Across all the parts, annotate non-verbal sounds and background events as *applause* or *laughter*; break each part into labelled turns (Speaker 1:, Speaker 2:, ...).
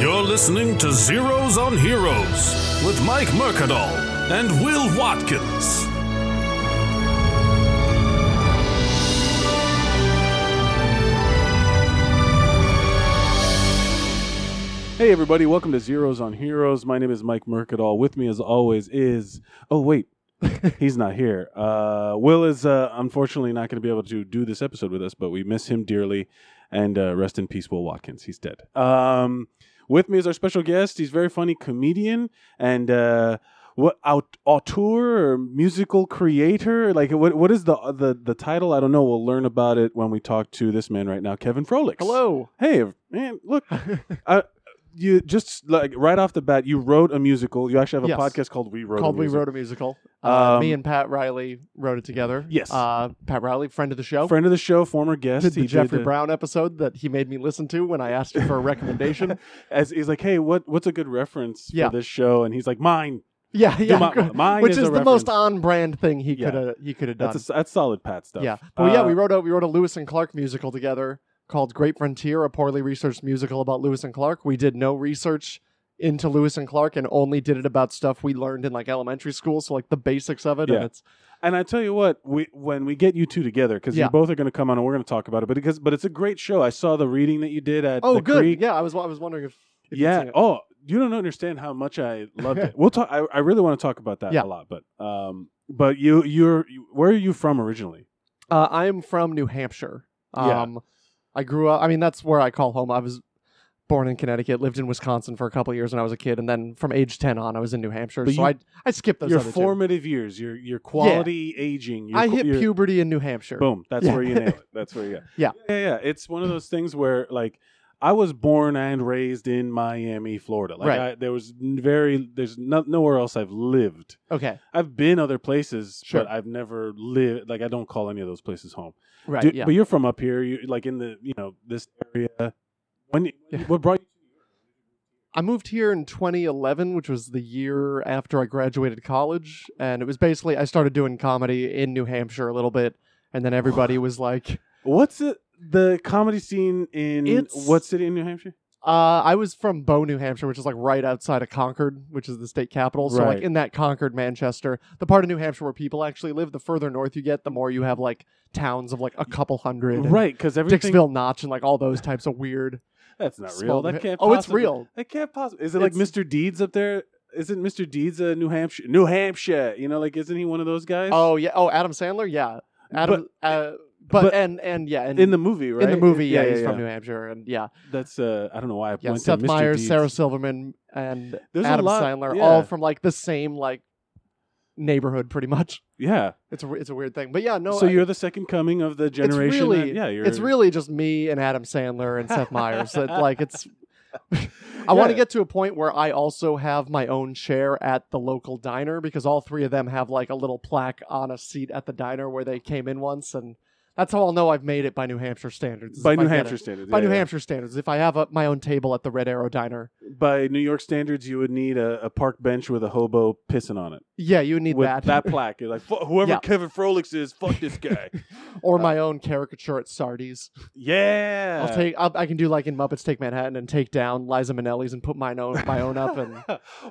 Speaker 1: You're listening to Zeros on Heroes with Mike Mercadal and Will Watkins.
Speaker 2: Hey everybody, welcome to Zeros on Heroes. My name is Mike Mercadal. With me as always is oh wait, *laughs* he's not here. Uh, Will is uh, unfortunately not going to be able to do this episode with us, but we miss him dearly. And uh, rest in peace, Will Watkins. He's dead. Um, with me is our special guest. He's a very funny comedian and uh, what aut- auteur or musical creator. Like what what is the the the title? I don't know. We'll learn about it when we talk to this man right now, Kevin Frolix.
Speaker 3: Hello.
Speaker 2: Hey man,
Speaker 3: *laughs*
Speaker 2: look, you just like right off the bat, you wrote a musical. You actually have a
Speaker 3: Yes.
Speaker 2: podcast called We Wrote.
Speaker 3: Called
Speaker 2: a
Speaker 3: We
Speaker 2: Musical.
Speaker 3: Wrote a Musical. Uh,
Speaker 2: Um,
Speaker 3: me and Pat Riley wrote it together.
Speaker 2: Yes.
Speaker 3: Uh, Pat Riley, friend of the show.
Speaker 2: Friend of the show, former guest.
Speaker 3: did the
Speaker 2: he
Speaker 3: Jeffrey
Speaker 2: did, uh,
Speaker 3: Brown episode that he made me listen to when I asked him *laughs* for a recommendation.
Speaker 2: As he's like, hey, what what's a good reference
Speaker 3: Yeah.
Speaker 2: for this show? And he's like, mine.
Speaker 3: yeah, yeah.
Speaker 2: my-
Speaker 3: gr-
Speaker 2: mine
Speaker 3: Which
Speaker 2: is
Speaker 3: is,
Speaker 2: a
Speaker 3: the
Speaker 2: reference.
Speaker 3: most on-brand thing he
Speaker 2: Yeah.
Speaker 3: could have he could have done.
Speaker 2: That's a, that's solid Pat stuff.
Speaker 3: Yeah. But yeah,
Speaker 2: Uh,
Speaker 3: we wrote a we wrote a Lewis and Clark musical together called Great Frontier, a poorly researched musical about Lewis and Clark. We did no research into Lewis and Clark and only did it about stuff we learned in like elementary school, so like the basics of it.
Speaker 2: Yeah.
Speaker 3: And it's
Speaker 2: And I tell you what, we when we get you two together, because
Speaker 3: Yeah.
Speaker 2: you both are going to come on and we're going to talk about it. But because but it's a great show. I saw the reading that you did at
Speaker 3: oh
Speaker 2: the
Speaker 3: good.
Speaker 2: Creek.
Speaker 3: Yeah, I was I was wondering if, if you'd
Speaker 2: yeah.
Speaker 3: seen it.
Speaker 2: Oh, you don't understand how much I
Speaker 3: *laughs*
Speaker 2: loved it. We'll talk. I, I really want to talk about that
Speaker 3: Yeah.
Speaker 2: a lot. But um, but you you're you, where are you from originally?
Speaker 3: Uh, I am from New Hampshire.
Speaker 2: Yeah.
Speaker 3: Um, I grew up. I mean, that's where I call home. I was born in Connecticut, lived in Wisconsin for a couple of years when I was a kid, and then from age ten on, I was in New Hampshire.
Speaker 2: But
Speaker 3: so
Speaker 2: you-
Speaker 3: I I skipped those
Speaker 2: your
Speaker 3: other two.
Speaker 2: formative years, your your quality aging. Your,
Speaker 3: I
Speaker 2: qu-
Speaker 3: hit
Speaker 2: your,
Speaker 3: puberty in New Hampshire.
Speaker 2: Boom. That's
Speaker 3: Yeah.
Speaker 2: where you
Speaker 3: *laughs*
Speaker 2: nail it. That's where you.
Speaker 3: Yeah.
Speaker 2: Yeah, yeah. It's one of those things where like I was born and raised in Miami, Florida. Like
Speaker 3: Right.
Speaker 2: I, there was n- very there's no, nowhere else I've lived.
Speaker 3: Okay,
Speaker 2: I've been other places,
Speaker 3: Sure.
Speaker 2: but I've never lived. Like I don't call any of those places home.
Speaker 3: right.
Speaker 2: Do-
Speaker 3: yeah.
Speaker 2: But you're from up here, you like in the you know this area. When
Speaker 3: Yeah.
Speaker 2: what brought you?
Speaker 3: I moved here in 2011, which was the year after I graduated college, and it was basically I started doing comedy in New Hampshire a little bit, and then
Speaker 2: *sighs*
Speaker 3: everybody was like,
Speaker 2: What's it, the comedy scene in
Speaker 3: It's-
Speaker 2: what city in New Hampshire?
Speaker 3: Uh, I was from Bow, New Hampshire, which is like right outside of Concord, which is the state capital. So
Speaker 2: Right.
Speaker 3: like in that Concord, Manchester, the part of New Hampshire where people actually live, the further north you get, the more you have like towns of like a couple hundred. and
Speaker 2: Right, because everything
Speaker 3: Dixville Notch and like all those types of weird.
Speaker 2: that's *laughs* not real.
Speaker 3: small-
Speaker 2: That can't.
Speaker 3: oh, it's
Speaker 2: possibly-
Speaker 3: real.
Speaker 2: That can't possibly. Is it like
Speaker 3: It's-
Speaker 2: Mr. Deeds up there? Isn't Mr. Deeds a New Hampshire? New Hampshire, you know, like isn't he one of those guys?
Speaker 3: Oh yeah. Oh Adam Sandler. Yeah. Adam. uh, but,
Speaker 2: but-
Speaker 3: and and yeah. And
Speaker 2: in the movie, right?
Speaker 3: in the movie, yeah, he's from New Hampshire, and yeah,
Speaker 2: That's uh, I don't know why I
Speaker 3: yeah.
Speaker 2: went
Speaker 3: Seth
Speaker 2: to Mr.
Speaker 3: Meyers,
Speaker 2: Deeds.
Speaker 3: Sarah Silverman, and
Speaker 2: There's a
Speaker 3: Adam
Speaker 2: lot-
Speaker 3: Sandler,
Speaker 2: yeah.
Speaker 3: all from like the same like neighborhood, pretty much.
Speaker 2: Yeah.
Speaker 3: It's a it's a weird thing, but yeah, no.
Speaker 2: so
Speaker 3: I-
Speaker 2: you're the second coming of the generation. that-
Speaker 3: really-
Speaker 2: yeah, you're.
Speaker 3: it's really just me and Adam Sandler and Seth Meyers.
Speaker 2: *laughs*
Speaker 3: That like it's. *laughs* I want to get to a point where I also have my own chair at the local diner because all three of them have like a little plaque on a seat at the diner where they came in once, and that's how I'll know I've made it by New Hampshire standards. is
Speaker 2: by
Speaker 3: if I
Speaker 2: New
Speaker 3: get
Speaker 2: Hampshire
Speaker 3: it-
Speaker 2: standards.
Speaker 3: By
Speaker 2: yeah,
Speaker 3: New
Speaker 2: yeah.
Speaker 3: Hampshire standards, if I have a, my own table at the Red Arrow Diner,
Speaker 2: By New York standards, you would need a, a park bench with a hobo pissing on it.
Speaker 3: yeah, you would need
Speaker 2: with
Speaker 3: that,
Speaker 2: plaque, you're like, "Fu- whoever
Speaker 3: Yeah.
Speaker 2: Kevin Frolix is, fuck
Speaker 3: *laughs*
Speaker 2: this guy.
Speaker 3: or
Speaker 2: uh,
Speaker 3: my own caricature at Sardi's.
Speaker 2: yeah.
Speaker 3: I'll take. I'll, I can do like in Muppets Take Manhattan and take down Liza Minnelli's and put mine own, my own
Speaker 2: *laughs*
Speaker 3: up and.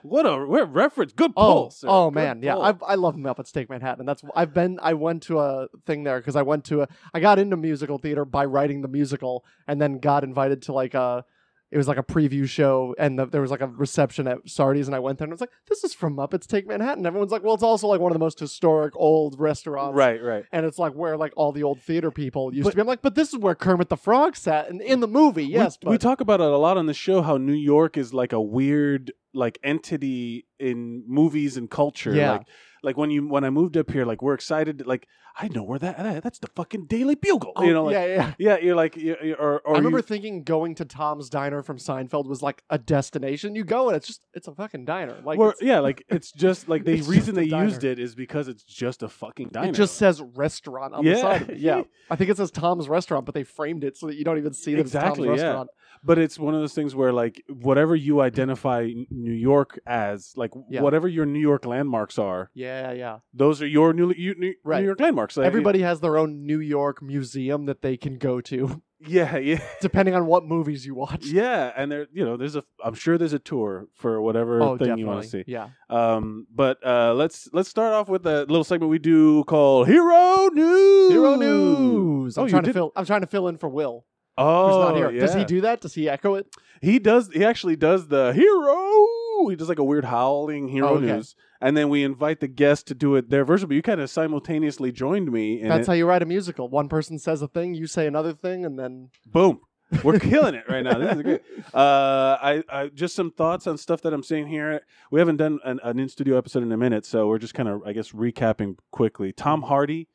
Speaker 2: what a what a reference. Good
Speaker 3: Oh,
Speaker 2: pull. sir.
Speaker 3: oh
Speaker 2: Good
Speaker 3: man, yeah,
Speaker 2: pull.
Speaker 3: I, I love Muppets Take Manhattan. That's I've been I went to a thing there because I went to a I got into musical theater by writing the musical and then got invited to like a it was like a preview show and the, there was like a reception at Sardi's and I went there and I was like this is from Muppets Take Manhattan. Everyone's like well it's also like one of the most historic old restaurants
Speaker 2: Right, right.
Speaker 3: and it's like where like all the old theater people used
Speaker 2: But-
Speaker 3: to be. I'm like, but this is where Kermit the Frog sat, and in the movie, yes,
Speaker 2: we, we
Speaker 3: but
Speaker 2: talk about it a lot on the show. How New York is like a weird like entity in movies and culture.
Speaker 3: Yeah.
Speaker 2: Like, like when you when I moved up here, like we're excited. Like I know where that, that- that's the fucking Daily Bugle.
Speaker 3: oh,
Speaker 2: you know, like, yeah.
Speaker 3: yeah, yeah.
Speaker 2: you're like, you you- or, or
Speaker 3: I remember
Speaker 2: you-
Speaker 3: thinking going to Tom's Diner from Seinfeld was like a destination. You go and it's just it's a fucking diner. Like
Speaker 2: where-
Speaker 3: it's-
Speaker 2: yeah, like it's
Speaker 3: *laughs*
Speaker 2: just like the
Speaker 3: It's just
Speaker 2: reason
Speaker 3: a
Speaker 2: they
Speaker 3: diner.
Speaker 2: used it is because it's just a fucking diner.
Speaker 3: it just says restaurant on
Speaker 2: Yeah.
Speaker 3: the side. Of it.
Speaker 2: *laughs*
Speaker 3: Yeah, I think it says Tom's Restaurant, but they framed it so that you don't even see that
Speaker 2: Exactly, yeah.
Speaker 3: it's Tom's Restaurant.
Speaker 2: but it's one of those things where like whatever you identify N- New York as, like
Speaker 3: Yeah.
Speaker 2: whatever your New York landmarks are,
Speaker 3: Yeah, yeah.
Speaker 2: those are your New, you, New,
Speaker 3: Right.
Speaker 2: New York landmarks. Like,
Speaker 3: Everybody has their own New York museum that they can go to. *laughs*
Speaker 2: yeah, *laughs* yeah,
Speaker 3: depending on what movies you watch.
Speaker 2: yeah. And there, you know, there's a. I'm sure there's a tour for whatever
Speaker 3: oh,
Speaker 2: thing
Speaker 3: definitely.
Speaker 2: you want to see.
Speaker 3: Yeah.
Speaker 2: Um, but uh, let's let's start off with a little segment we do called Hero News.
Speaker 3: Hero news. I'm
Speaker 2: Oh, you
Speaker 3: trying to
Speaker 2: did-
Speaker 3: fill. I'm trying to fill in for Will. Who's
Speaker 2: Oh,
Speaker 3: not here.
Speaker 2: yeah.
Speaker 3: Does he do that? Does he echo it?
Speaker 2: He does. He actually does the hero. He does like a weird howling hero
Speaker 3: Oh, okay.
Speaker 2: news, and then we invite the guest to do it their version. But you kind of simultaneously joined me, and
Speaker 3: That's how you write a musical. One person says a thing, you say another thing, and then
Speaker 2: boom, we're killing it *laughs* right now. This is great. Uh, I, I just some thoughts on stuff that I'm seeing here. We haven't done an, an in studio episode in a minute, so we're just kind of, I guess, recapping quickly. Tom Hardy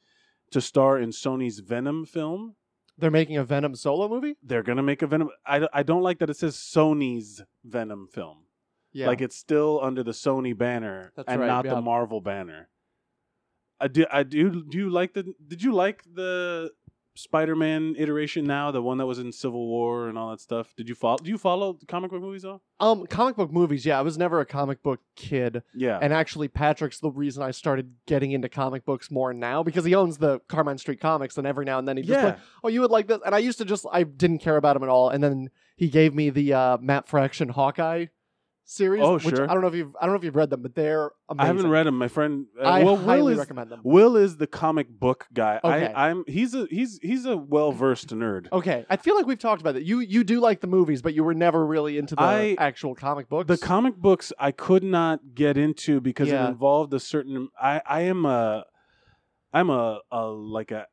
Speaker 2: to star in Sony's Venom film.
Speaker 3: *laughs* they're making a Venom solo movie.
Speaker 2: They're gonna make a Venom. I, I don't like that it says Sony's Venom film.
Speaker 3: Yeah.
Speaker 2: Like it's still under the Sony banner
Speaker 3: That's
Speaker 2: and
Speaker 3: right,
Speaker 2: not
Speaker 3: yeah.
Speaker 2: the Marvel banner. I do. I do. Do you like the? Did you like the Spider-Man iteration now? The one that was in Civil War and all that stuff. Did you follow? Do you follow comic book movies at all?
Speaker 3: um, comic book movies. Yeah, I was never a comic book kid,
Speaker 2: Yeah.
Speaker 3: and actually, Patrick's the reason I started getting into comic books more now because he owns the Carmine Street Comics, and every now and then he just
Speaker 2: yeah.
Speaker 3: like, oh, you would like this, and I used to just I didn't care about him at all, and then he gave me the uh, Matt Fraction Hawkeye series.
Speaker 2: Oh,
Speaker 3: which
Speaker 2: sure.
Speaker 3: I don't know if you've I don't know if you've read them, but they're amazing.
Speaker 2: I haven't read them. My friend. Uh,
Speaker 3: I
Speaker 2: well, Will
Speaker 3: highly
Speaker 2: is
Speaker 3: recommend them.
Speaker 2: Will is the comic book guy.
Speaker 3: Okay. Oh,
Speaker 2: I, I'm. He's a. He's he's a well versed nerd.
Speaker 3: Okay, I feel like we've talked about that. You you do like the movies, but you were never really into the
Speaker 2: I-
Speaker 3: actual comic books.
Speaker 2: The comic books I could not get into because
Speaker 3: Yeah.
Speaker 2: it involved a certain. I I am a, I'm a, a like a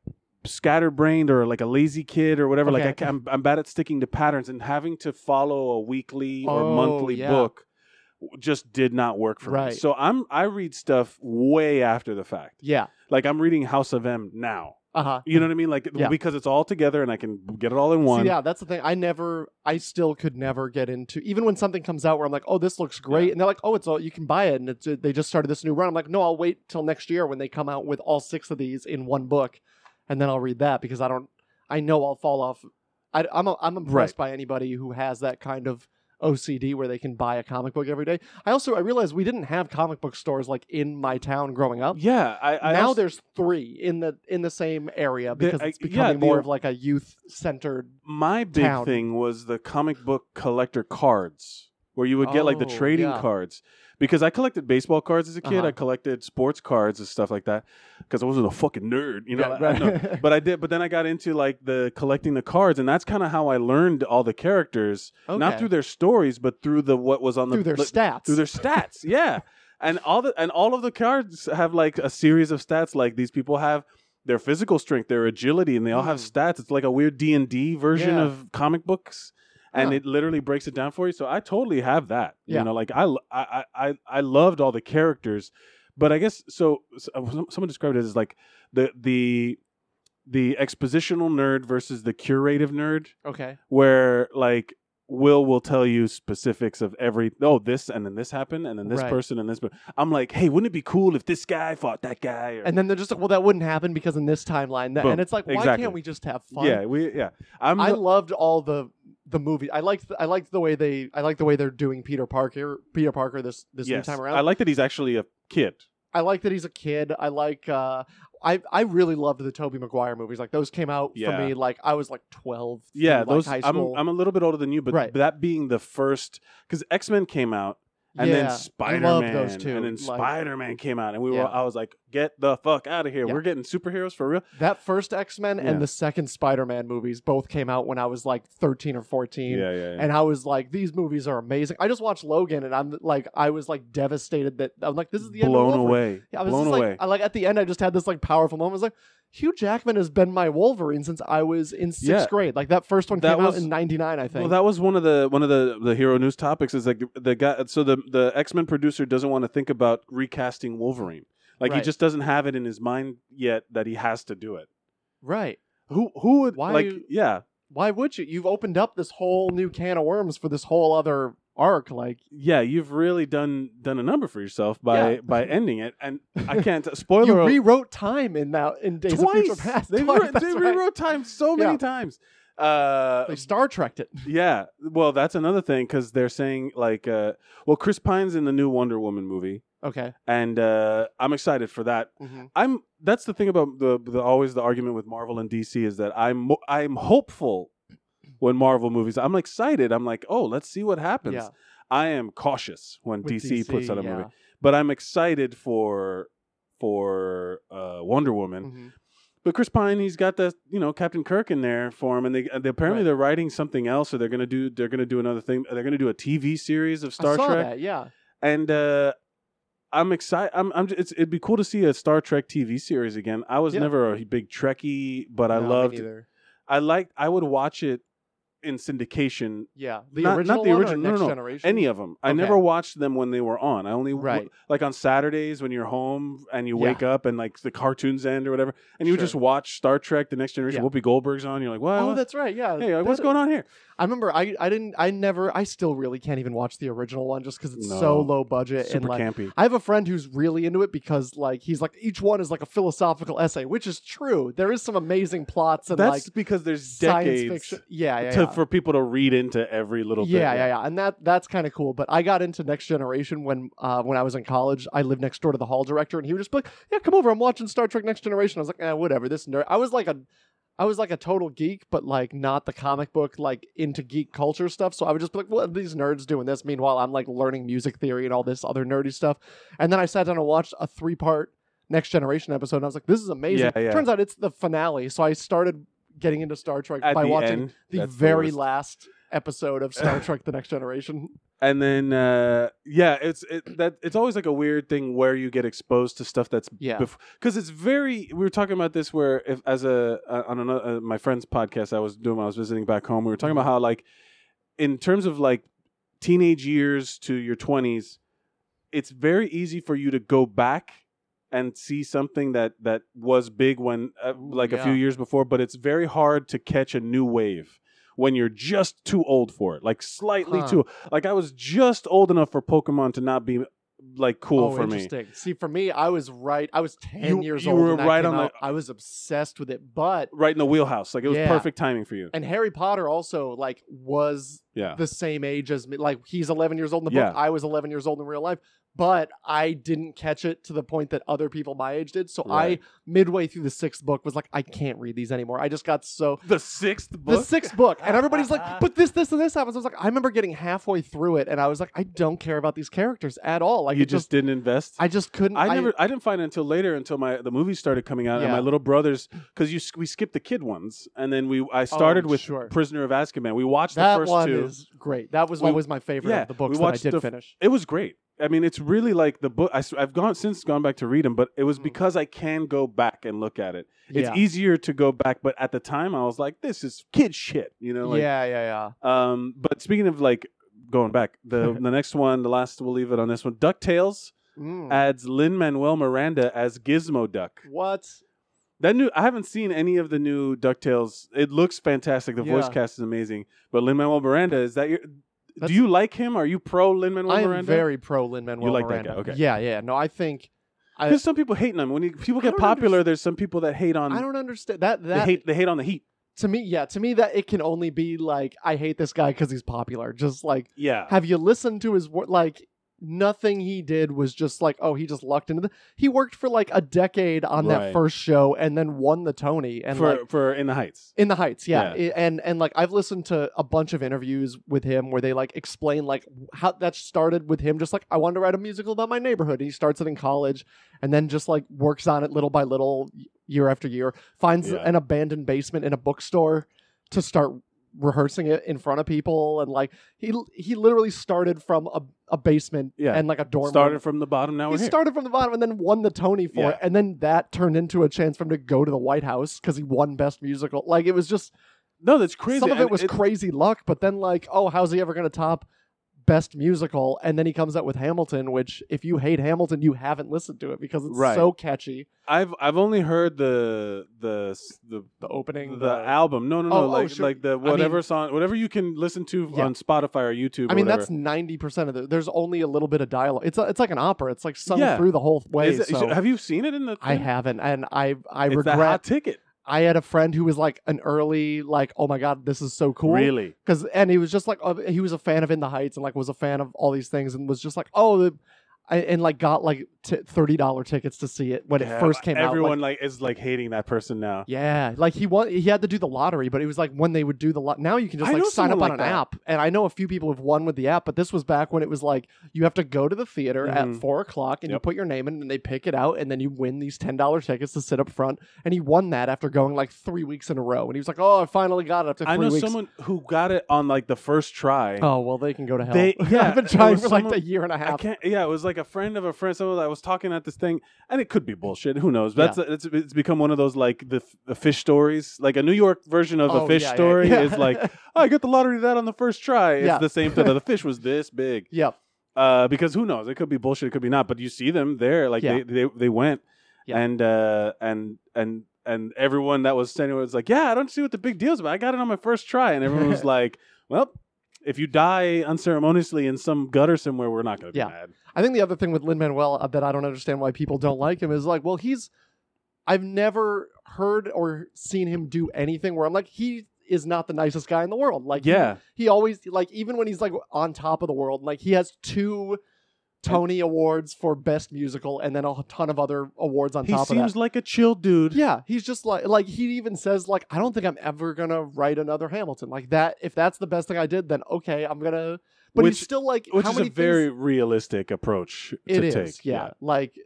Speaker 2: scatterbrained or like a lazy kid or whatever. Like I
Speaker 3: Okay.
Speaker 2: can, I'm, I'm bad at sticking to patterns and having to follow a weekly or
Speaker 3: Oh,
Speaker 2: monthly
Speaker 3: yeah.
Speaker 2: book just did not work for
Speaker 3: Right.
Speaker 2: me. So I'm I read stuff way after the fact.
Speaker 3: yeah,
Speaker 2: Like I'm reading House of M now.
Speaker 3: uh huh.
Speaker 2: You know what I mean? Like
Speaker 3: Yeah.
Speaker 2: because it's all together and I can get it all in one.
Speaker 3: See, yeah, that's the thing. I never, I still could never get into even when something comes out where I'm like, oh, this looks great,
Speaker 2: Yeah.
Speaker 3: and they're like, oh, it's all you can buy it, and it's, they just started this new run. I'm like, no, I'll wait till next year when they come out with all six of these in one book, and then I'll read that because I don't, I know I'll fall off. I, I'm a, I'm impressed by anybody who has that kind of OCD where they can buy a comic book every day. I also I realized we didn't have comic book stores like in my town growing up.
Speaker 2: Yeah, I, I
Speaker 3: now
Speaker 2: also-
Speaker 3: there's three in the in the same area
Speaker 2: There-
Speaker 3: because
Speaker 2: I-
Speaker 3: it's
Speaker 2: yeah,
Speaker 3: becoming
Speaker 2: the-
Speaker 3: more of like a youth centered
Speaker 2: my big
Speaker 3: town.
Speaker 2: thing was the comic book collector cards where you would get like the
Speaker 3: Oh,
Speaker 2: trading
Speaker 3: yeah.
Speaker 2: cards because i collected baseball cards as a kid
Speaker 3: Uh-huh.
Speaker 2: i collected sports cards and stuff like that because i wasn't a fucking nerd you know
Speaker 3: Yeah,
Speaker 2: I- I
Speaker 3: right. *laughs*
Speaker 2: know. but uh, i did but then i got into like the collecting the cards and that's kind of how i learned all the characters
Speaker 3: *laughs*
Speaker 2: not
Speaker 3: Okay.
Speaker 2: through their stories but through the what was on the
Speaker 3: through their
Speaker 2: the-
Speaker 3: stats. *laughs*
Speaker 2: through their stats. yeah, and all the and all of the cards have like a series of stats. Like these people have their physical strength, their agility, and they all have
Speaker 3: Hmm.
Speaker 2: stats. It's like a weird D and D version
Speaker 3: Yeah.
Speaker 2: of comic books, and
Speaker 3: Huh.
Speaker 2: it literally breaks it down for you. So I totally have that.
Speaker 3: Yeah.
Speaker 2: You know, like I l- I I- I- I loved all the characters, but I guess so. so- uh, Someone described it as like the the the expositional nerd versus the curative nerd
Speaker 3: okay.
Speaker 2: where like Will will tell you specifics of every oh this and then this happened and then this
Speaker 3: Right.
Speaker 2: person and this but I'm like hey wouldn't it be cool if this guy fought that guy or,
Speaker 3: And then they're just like, well, that wouldn't happen because in this timeline, that,
Speaker 2: Boom.
Speaker 3: and it's like, why
Speaker 2: Exactly.
Speaker 3: can't we just have fun?
Speaker 2: yeah we yeah I'm
Speaker 3: I
Speaker 2: the-
Speaker 3: loved all the the movie. I liked I liked the way they I liked the way they're doing Peter Parker Peter Parker this this
Speaker 2: yes.
Speaker 3: new time around.
Speaker 2: I like that he's actually a kid
Speaker 3: I like that he's a kid. I like uh I I really loved the Toby Maguire movies. Like those came out for
Speaker 2: Yeah.
Speaker 3: me like I was like 12 through,
Speaker 2: yeah
Speaker 3: like,
Speaker 2: those
Speaker 3: high
Speaker 2: I'm
Speaker 3: school.
Speaker 2: I'm a little bit older than you but
Speaker 3: Right.
Speaker 2: that being the first because X Men came out and
Speaker 3: yeah.
Speaker 2: then Spider Man
Speaker 3: those two,
Speaker 2: and then
Speaker 3: like-
Speaker 2: Spider Man came out and we were
Speaker 3: Yeah.
Speaker 2: I was like get the fuck out of here
Speaker 3: Yeah.
Speaker 2: we're getting superheroes for real
Speaker 3: that first X-Men
Speaker 2: Yeah.
Speaker 3: and the second Spider-Man movies both came out when I was like 13 or 14.
Speaker 2: yeah yeah, yeah.
Speaker 3: and I was like, these movies are amazing. I just watched Logan, and I'm like, I was like devastated that I'm like, this is the end. of
Speaker 2: blown
Speaker 3: Wolverine.
Speaker 2: away
Speaker 3: Yeah, I was
Speaker 2: blown
Speaker 3: just,
Speaker 2: away
Speaker 3: Like, I like at the end, I just had this like powerful moment. I was like, Hugh Jackman has been my Wolverine since I was in sixth
Speaker 2: Yeah.
Speaker 3: grade. Like that first one
Speaker 2: That
Speaker 3: came
Speaker 2: was-
Speaker 3: out in '99, I think.
Speaker 2: Well, that was one of the one of the the hero news topics is like the guy. So the the X Men producer doesn't want to think about recasting Wolverine. Like he
Speaker 3: Right.
Speaker 2: just doesn't have it in his mind yet that he has to do it.
Speaker 3: right?
Speaker 2: Who who would
Speaker 3: Why
Speaker 2: like
Speaker 3: you-
Speaker 2: yeah
Speaker 3: Why would you? You've opened up this whole new can of worms for this whole other arc. Like,
Speaker 2: yeah you've really done done a number for yourself by
Speaker 3: Yeah. *laughs*
Speaker 2: by ending it and I can't uh,
Speaker 3: you
Speaker 2: spoiler al-
Speaker 3: rewrote time in that in Days of Future
Speaker 2: twice
Speaker 3: Past. *laughs*
Speaker 2: they,
Speaker 3: Twice,
Speaker 2: re-
Speaker 3: that's
Speaker 2: they
Speaker 3: right.
Speaker 2: rewrote time so many
Speaker 3: Yeah.
Speaker 2: times. Uh,
Speaker 3: *laughs* They Star Trek'd it.
Speaker 2: yeah, well that's another thing because they're saying like uh, well Chris Pine's in the new Wonder Woman movie
Speaker 3: Okay.
Speaker 2: and uh, I'm excited for that
Speaker 3: Mhm.
Speaker 2: I'm that's the thing about the, the always the argument with Marvel and DC is that I'm mo- I'm hopeful when Marvel movies. I'm excited. I'm like, oh, let's see what happens.
Speaker 3: Yeah.
Speaker 2: I am cautious when
Speaker 3: With
Speaker 2: DC, puts out a
Speaker 3: yeah.
Speaker 2: movie, but I'm excited for for uh, Wonder Woman.
Speaker 3: Mhm.
Speaker 2: But Chris Pine, he's got that you know Captain Kirk in there for him, and they, they apparently
Speaker 3: Right.
Speaker 2: they're writing something else, or they're gonna do they're gonna do another thing. They're gonna do a TV series of Star
Speaker 3: I saw
Speaker 2: Trek,
Speaker 3: that, yeah.
Speaker 2: and uh, I'm excited. I'm, I'm j- it's, it'd be cool to see a Star Trek TV series again. I was
Speaker 3: Yeah.
Speaker 2: never a big Trekkie, but I
Speaker 3: No, me
Speaker 2: loved.
Speaker 3: neither.
Speaker 2: I liked. I would watch it in syndication.
Speaker 3: Yeah, the
Speaker 2: Not- not
Speaker 3: original
Speaker 2: the
Speaker 3: one or
Speaker 2: original- no,
Speaker 3: Next
Speaker 2: no,
Speaker 3: Generation.
Speaker 2: Any of them. I
Speaker 3: Okay.
Speaker 2: never watched them when they were on. I only
Speaker 3: Right.
Speaker 2: like on Saturdays when you're home and you
Speaker 3: Yeah.
Speaker 2: wake up and like the cartoons end or whatever, and you would
Speaker 3: Sure.
Speaker 2: just watch Star Trek: The Next Generation.
Speaker 3: Yeah.
Speaker 2: Whoopi Goldberg's on. You're like, wow.
Speaker 3: Oh, that's right. Yeah.
Speaker 2: Hey, like,
Speaker 3: that-
Speaker 2: what's going on here?
Speaker 3: I remember I I didn't I never I still really can't even watch the original one just because it's
Speaker 2: No.
Speaker 3: so low budget and
Speaker 2: Super
Speaker 3: like
Speaker 2: campy.
Speaker 3: I have a friend who's really into it because like he's like each one is like a philosophical essay, which is true. There is some amazing plots and
Speaker 2: That's
Speaker 3: like
Speaker 2: because there's
Speaker 3: science
Speaker 2: decades
Speaker 3: fiction. Yeah, yeah,
Speaker 2: to,
Speaker 3: yeah.
Speaker 2: for people to read into every little bit.
Speaker 3: yeah, yeah, yeah, and that that's kind of cool. But I got into Next Generation when uh, when I was in college. I lived next door to the hall director, and he would just be like, "Yeah, come over. I'm watching Star Trek Next Generation." I was like, "Eh, whatever." This nerd. I was like a, I was like a total geek, but like not the comic book, like into geek culture stuff. So I would just be like, "What are these nerds doing this?" Meanwhile, I'm like learning music theory and all this other nerdy stuff. And then I sat down and watched a three part Next Generation episode, and I was like, "This is amazing."
Speaker 2: Yeah, yeah.
Speaker 3: Turns out it's the finale. So I started getting into Star Trek
Speaker 2: At
Speaker 3: by
Speaker 2: the
Speaker 3: watching
Speaker 2: end,
Speaker 3: the
Speaker 2: that's
Speaker 3: very
Speaker 2: worst.
Speaker 3: last episode of Star Trek: The Next Generation.
Speaker 2: and then uh, yeah, it's it, that it's always like a weird thing where you get exposed to stuff that's
Speaker 3: Yeah.
Speaker 2: because it's very. We were talking about this where if as a uh, on another uh, my friend's podcast I was doing when I was visiting back home, we were talking about how like in terms of like teenage years to your twenties, it's very easy for you to go back and see something that that was big when uh, like a few
Speaker 3: yeah.
Speaker 2: years before, but it's very hard to catch a new wave when you're just too old for it, like slightly
Speaker 3: Huh.
Speaker 2: too. Like I was just old enough for Pokemon to not be like cool
Speaker 3: oh,
Speaker 2: for me.
Speaker 3: interesting. See, for me, I was right. I was ten
Speaker 2: You-
Speaker 3: years
Speaker 2: you
Speaker 3: old.
Speaker 2: were
Speaker 3: when that
Speaker 2: right
Speaker 3: came
Speaker 2: on the-
Speaker 3: out. I was obsessed with it, but
Speaker 2: Right in the wheelhouse. Like it was
Speaker 3: Yeah.
Speaker 2: perfect timing for you.
Speaker 3: and Harry Potter also like was
Speaker 2: Yeah.
Speaker 3: the same age as me. Like he's 11 years old in the
Speaker 2: Yeah.
Speaker 3: book. I was 11 years old in real life, but I didn't catch it to the point that other people my age did. So I
Speaker 2: Right.
Speaker 3: midway through the sixth book was like, I can't read these anymore. I just got so
Speaker 2: The sixth
Speaker 3: The sixth book. And everybody's
Speaker 2: *laughs*
Speaker 3: like, but this, this, and this happens. I was like, I remember getting halfway through it and I was like, I don't care about these characters at all. Like,
Speaker 2: you
Speaker 3: it
Speaker 2: just, didn't invest.
Speaker 3: I just couldn't.
Speaker 2: I never, I didn't find it until later, until my the movies started coming out, and
Speaker 3: Yeah.
Speaker 2: my little brothers, because you sk- we skipped the kid ones, and then we I started
Speaker 3: Oh,
Speaker 2: with
Speaker 3: sure.
Speaker 2: Prisoner of Azkaban. We watched
Speaker 3: That
Speaker 2: the first
Speaker 3: one
Speaker 2: two.
Speaker 3: is great. That was
Speaker 2: We-
Speaker 3: always my favorite
Speaker 2: yeah,
Speaker 3: of the books
Speaker 2: we
Speaker 3: that I
Speaker 2: watched
Speaker 3: did
Speaker 2: the f-
Speaker 3: finish.
Speaker 2: It was great. I mean, it's really like the book. I, have gone since gone back to read them, but it was
Speaker 3: Mm.
Speaker 2: because I can go back and look at it. It's
Speaker 3: yeah.
Speaker 2: easier to go back, but at the time I was like, "This is kid shit," you know. Like,
Speaker 3: yeah, yeah, yeah.
Speaker 2: Um, but speaking of like going back,
Speaker 3: *laughs*
Speaker 2: the the next one, the last, we'll leave it on this one. Ducktales
Speaker 3: Mm.
Speaker 2: adds Lin Manuel Miranda as Gizmo Duck.
Speaker 3: what?
Speaker 2: That new, I haven't seen any of the new Ducktales. It looks fantastic. The voice
Speaker 3: Yeah.
Speaker 2: cast is amazing. But Lin Manuel Miranda, is that your?
Speaker 3: That's-
Speaker 2: do you like him? Are you pro Lin Manuel
Speaker 3: I am
Speaker 2: Miranda?
Speaker 3: very pro Lin Manuel
Speaker 2: You like that
Speaker 3: Miranda.
Speaker 2: guy, okay.
Speaker 3: Yeah, yeah. No, I think I-
Speaker 2: Because some people hate him. When you, people
Speaker 3: I
Speaker 2: get
Speaker 3: don't
Speaker 2: popular,
Speaker 3: underst-
Speaker 2: there's some people that hate on.
Speaker 3: I don't understand that.
Speaker 2: Um, they
Speaker 3: That
Speaker 2: hate. They hate on the heat.
Speaker 3: to me, yeah, to me that it can only be like I hate this guy because he's popular. Just like
Speaker 2: Yeah.
Speaker 3: Have you listened to his work? Like nothing he did was just like, oh, he just lucked into the. He worked for like a decade on
Speaker 2: Right.
Speaker 3: that first show and then won the Tony and
Speaker 2: for
Speaker 3: like
Speaker 2: for in the heights.
Speaker 3: in the Heights, yeah.
Speaker 2: Yeah.
Speaker 3: I- and and like I've listened to a bunch of interviews with him where they like explain like how that started with him just like I wanted to write a musical about my neighborhood. And he starts it in college and then just like works on it little by little y- year after year. Finds
Speaker 2: Yeah.
Speaker 3: an abandoned basement in a bookstore to start rehearsing it in front of people and like he he literally started from a, a basement
Speaker 2: Yeah.
Speaker 3: and like a dorm room.
Speaker 2: Started from the bottom. Now
Speaker 3: He
Speaker 2: we're here.
Speaker 3: started from the bottom and then won the Tony for
Speaker 2: Yeah.
Speaker 3: it, and then that turned into a chance for him to go to the White House because he won Best Musical. Like it was just
Speaker 2: no, that's crazy.
Speaker 3: some of
Speaker 2: And
Speaker 3: it was crazy luck, but then like, oh, how's he ever going to top Best Musical? And then he comes out with Hamilton, which if you hate Hamilton, you haven't listened to it because it's
Speaker 2: Right.
Speaker 3: so catchy.
Speaker 2: I've I've only heard the the the
Speaker 3: The opening,
Speaker 2: the, album. No, no, no.
Speaker 3: Oh, oh,
Speaker 2: like
Speaker 3: sure.
Speaker 2: like the
Speaker 3: mean-
Speaker 2: whatever song, whatever you can listen to
Speaker 3: Yeah.
Speaker 2: on Spotify or YouTube.
Speaker 3: I mean,
Speaker 2: or whatever.
Speaker 3: that's ninety percent of the. There's only a little bit of dialogue. It's a, it's like an opera. It's like sung
Speaker 2: Yeah.
Speaker 3: through the whole way.
Speaker 2: Is it-
Speaker 3: so
Speaker 2: have you seen it in the?
Speaker 3: I haven't, and I I
Speaker 2: It's that hot
Speaker 3: regret.
Speaker 2: ticket.
Speaker 3: I had a friend who was like an early like, oh my god, this is so cool.
Speaker 2: Really?
Speaker 3: because and he was just like uh, he was a fan of In the Heights and like was a fan of all these things and was just like oh the, I, and like got like t- thirty dollar tickets to see it when it
Speaker 2: Yeah,
Speaker 3: first came out.
Speaker 2: everyone
Speaker 3: like-
Speaker 2: like is like hating that person now.
Speaker 3: yeah, like he won. He had to do the lottery, but it was like when they would do the lot. Now you can just
Speaker 2: I
Speaker 3: like
Speaker 2: know
Speaker 3: sign up on
Speaker 2: someone
Speaker 3: an
Speaker 2: like that.
Speaker 3: app, and I know a few people have won with the app. But this was back when it was like you have to go to the theater
Speaker 2: Mhm.
Speaker 3: at four o'clock and you
Speaker 2: Yep.
Speaker 3: put your name in, and they pick it out, and then you win these ten dollar tickets to sit up front. And he won that after going like three weeks in a row, and he was like, "Oh, I finally got it after three
Speaker 2: I know
Speaker 3: weeks."
Speaker 2: someone who got it on like the first try.
Speaker 3: Oh well, they can go to hell. *laughs*
Speaker 2: They- yeah,
Speaker 3: I've been
Speaker 2: it
Speaker 3: trying
Speaker 2: was
Speaker 3: for like
Speaker 2: someone-
Speaker 3: a year and a
Speaker 2: I
Speaker 3: half.
Speaker 2: can't. Yeah, it was like a friend of a friend. Someone that was talking at this thing, and it could be bullshit. Who knows? That's it's, it's become one of those like the, f- the fish stories, like a New York version of
Speaker 3: Oh,
Speaker 2: a fish
Speaker 3: yeah, yeah,
Speaker 2: story
Speaker 3: yeah. *laughs*
Speaker 2: is like, oh, I got the lottery that on the first try. It's
Speaker 3: Yeah.
Speaker 2: the same thing. the fish was this big.
Speaker 3: Yep.
Speaker 2: Uh, because who knows? It could be bullshit. It could be not. But you see them there, like
Speaker 3: Yeah.
Speaker 2: they, they they went,
Speaker 3: Yeah.
Speaker 2: and uh, and and and everyone that was standing was like, yeah, I don't see what the big deal is about. I got it on my first try, and everyone
Speaker 3: *laughs*
Speaker 2: was like, well. If you die unceremoniously in some gutter somewhere, we're not going to be
Speaker 3: Yeah.
Speaker 2: mad.
Speaker 3: I think the other thing with Lin Manuel that I don't understand why people don't like him is like, well, he's I've never heard or seen him do anything where I'm like, he is not the nicest guy in the world. Like, he-
Speaker 2: Yeah,
Speaker 3: he, always like even when he's like on top of the world, like he has two Tony awards for best musical and then a ton of other awards on
Speaker 2: he
Speaker 3: top of
Speaker 2: seems
Speaker 3: that.
Speaker 2: like a chill dude.
Speaker 3: Yeah, he's just like like he even says like I don't think I'm ever gonna write another Hamilton like that. If that's the best thing I did, then okay, I'm gonna. But
Speaker 2: Which-
Speaker 3: he's still like
Speaker 2: which
Speaker 3: how
Speaker 2: is
Speaker 3: many
Speaker 2: a
Speaker 3: things-
Speaker 2: very realistic approach
Speaker 3: It
Speaker 2: to
Speaker 3: is,
Speaker 2: take.
Speaker 3: Yeah. Like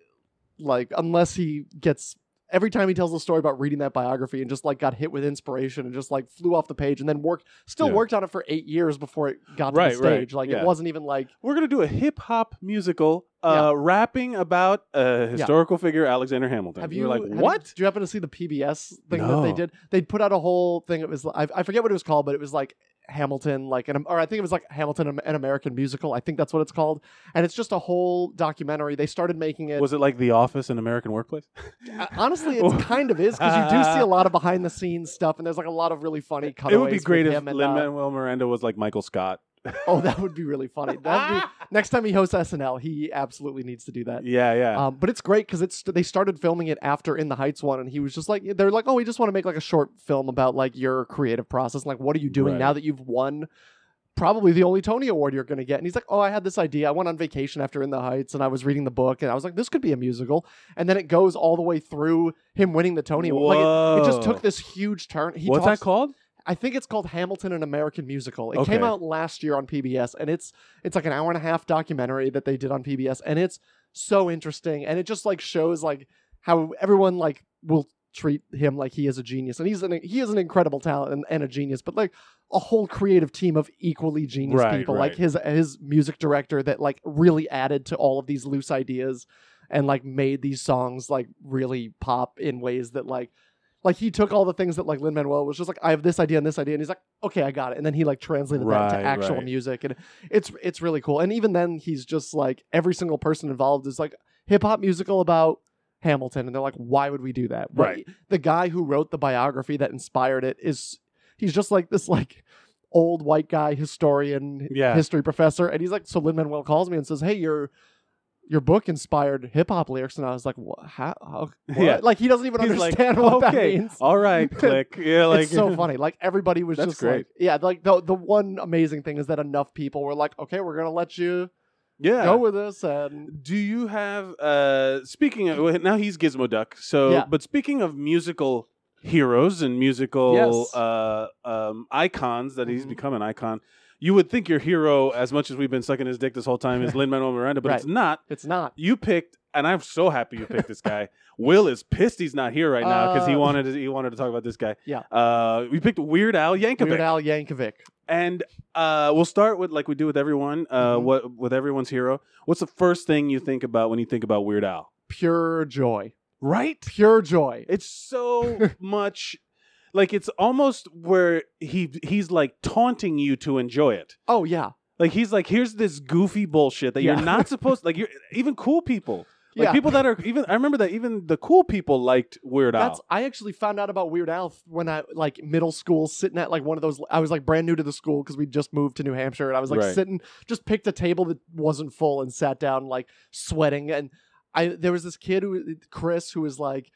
Speaker 3: like unless he gets every time he tells a story about reading that biography and just like got hit with inspiration and just like flew off the page and then worked still
Speaker 2: Yeah.
Speaker 3: worked on it for eight years before it got
Speaker 2: Right,
Speaker 3: to the
Speaker 2: right,
Speaker 3: stage. Like
Speaker 2: yeah.
Speaker 3: it wasn't even like
Speaker 2: we're gonna do a hip hop musical, uh, rapping about a historical figure, Alexander Hamilton.
Speaker 3: have
Speaker 2: You
Speaker 3: you
Speaker 2: were like,
Speaker 3: have you-
Speaker 2: what?
Speaker 3: do you happen to see the PBS thing that
Speaker 2: No.
Speaker 3: they did? They put out a whole thing. It was I, I forget what it was called, but it was like Hamilton, like an or I think it was like Hamilton, an American musical. I think that's what it's called. And it's just a whole documentary. They started making it.
Speaker 2: Was it like The Office in American Workplace?
Speaker 3: Uh, Honestly,
Speaker 2: *laughs*
Speaker 3: it kind of is because you do see a lot of behind the scenes stuff, and there's like a lot of really funny cutaways.
Speaker 2: It would be great
Speaker 3: with
Speaker 2: if
Speaker 3: him and,
Speaker 2: Lin
Speaker 3: uh,
Speaker 2: Manuel Miranda was like Michael Scott.
Speaker 3: *laughs* oh, that would be really funny. That'd
Speaker 2: *laughs*
Speaker 3: be, next time he hosts SNL, he absolutely needs to do that.
Speaker 2: Yeah, yeah.
Speaker 3: Um, but it's great because it's they started filming it after In the Heights one, and he was just like, they're like, oh, we just want to make like a short film about like your creative process, like what are you doing
Speaker 2: Right.
Speaker 3: now that you've won probably the only Tony Award you're going to get. And he's like, oh, I had this idea. I went on vacation after In the Heights, and I was reading the book, and I was like, this could be a musical. And then it goes all the way through him winning the Tony Award. Like, it, it just
Speaker 2: Whoa.
Speaker 3: took this huge turn. He
Speaker 2: What's
Speaker 3: talks-
Speaker 2: that called?
Speaker 3: I think it's called Hamilton an American Musical. It
Speaker 2: Okay.
Speaker 3: came out last year on PBS and it's it's like an hour and a half documentary that they did on PBS and it's so interesting and it just like shows like how everyone like will treat him like he is a genius and he's an he is an incredible talent and, and a genius but like a whole creative team of equally genius
Speaker 2: Right,
Speaker 3: people like
Speaker 2: right.
Speaker 3: his his music director that like really added to all of these loose ideas and like made these songs like really pop in ways that like like he took all the things that like Lin Manuel was just like I have this idea and this idea and he's like okay I got it and then he like translated that
Speaker 2: Right,
Speaker 3: to actual
Speaker 2: right.
Speaker 3: music and it's it's really cool and even then he's just like every single person involved is like hip hop musical about Hamilton and they're like why would we do that What-
Speaker 2: Right.
Speaker 3: the guy who wrote the biography that inspired it is he's just like this like old white guy historian
Speaker 2: Yeah.
Speaker 3: history professor and he's like so Lin Manuel calls me and says hey your your book inspired hip hop lyrics, and I was like, "What? How? how- what?"
Speaker 2: Yeah.
Speaker 3: Like he doesn't even
Speaker 2: He's like,
Speaker 3: understand *laughs* what
Speaker 2: okay,
Speaker 3: that means."
Speaker 2: all
Speaker 3: *laughs*
Speaker 2: right, click. Yeah, *laughs* like
Speaker 3: it's
Speaker 2: *laughs*
Speaker 3: so funny. Like everybody was
Speaker 2: That's
Speaker 3: just
Speaker 2: great.
Speaker 3: like, yeah. Like the the one amazing thing is that enough people were like, okay, we're gonna let you
Speaker 2: Yeah.
Speaker 3: go with this, and
Speaker 2: Do you have uh speaking of well, now he's Gizmo Duck. So
Speaker 3: Yeah.
Speaker 2: but speaking of musical heroes and musical
Speaker 3: Yes.
Speaker 2: uh um icons that he's
Speaker 3: Mhm.
Speaker 2: become an icon, you would think your hero, as much as we've been sucking his dick this whole
Speaker 3: *laughs*
Speaker 2: time, is Lin Manuel Miranda, but
Speaker 3: Right.
Speaker 2: it's not.
Speaker 3: it's not.
Speaker 2: You picked and I'm so happy you picked this
Speaker 3: *laughs*
Speaker 2: guy. Will is pissed he's not here right now because he
Speaker 3: Uh,
Speaker 2: wanted to, he wanted to talk about this guy.
Speaker 3: Yeah.
Speaker 2: Uh, we picked Weird Al Yankovic.
Speaker 3: Weird Al Yankovic.
Speaker 2: And uh, we'll start with like we do with everyone. Uh,
Speaker 3: Mhm.
Speaker 2: What with everyone's hero? What's the first thing you think about when you think about Weird Al?
Speaker 3: Pure joy.
Speaker 2: Right?
Speaker 3: Pure joy.
Speaker 2: It's
Speaker 3: *laughs*
Speaker 2: so much. Like it's almost where he he's like taunting you to enjoy it.
Speaker 3: Oh yeah.
Speaker 2: Like he's like, here's this goofy bullshit that
Speaker 3: Yeah.
Speaker 2: you're
Speaker 3: *laughs*
Speaker 2: not supposed. Like you're even cool people. Like
Speaker 3: yeah.
Speaker 2: people that are even. I remember that even the cool people liked Weird Al.
Speaker 3: That's I actually found out about Weird Al when I like middle school sitting at like one of those I was like brand new to the school because we just moved to New Hampshire and I was like
Speaker 2: Right.
Speaker 3: sitting just picked a table that wasn't full and sat down like sweating and I there was this kid who Chris who was like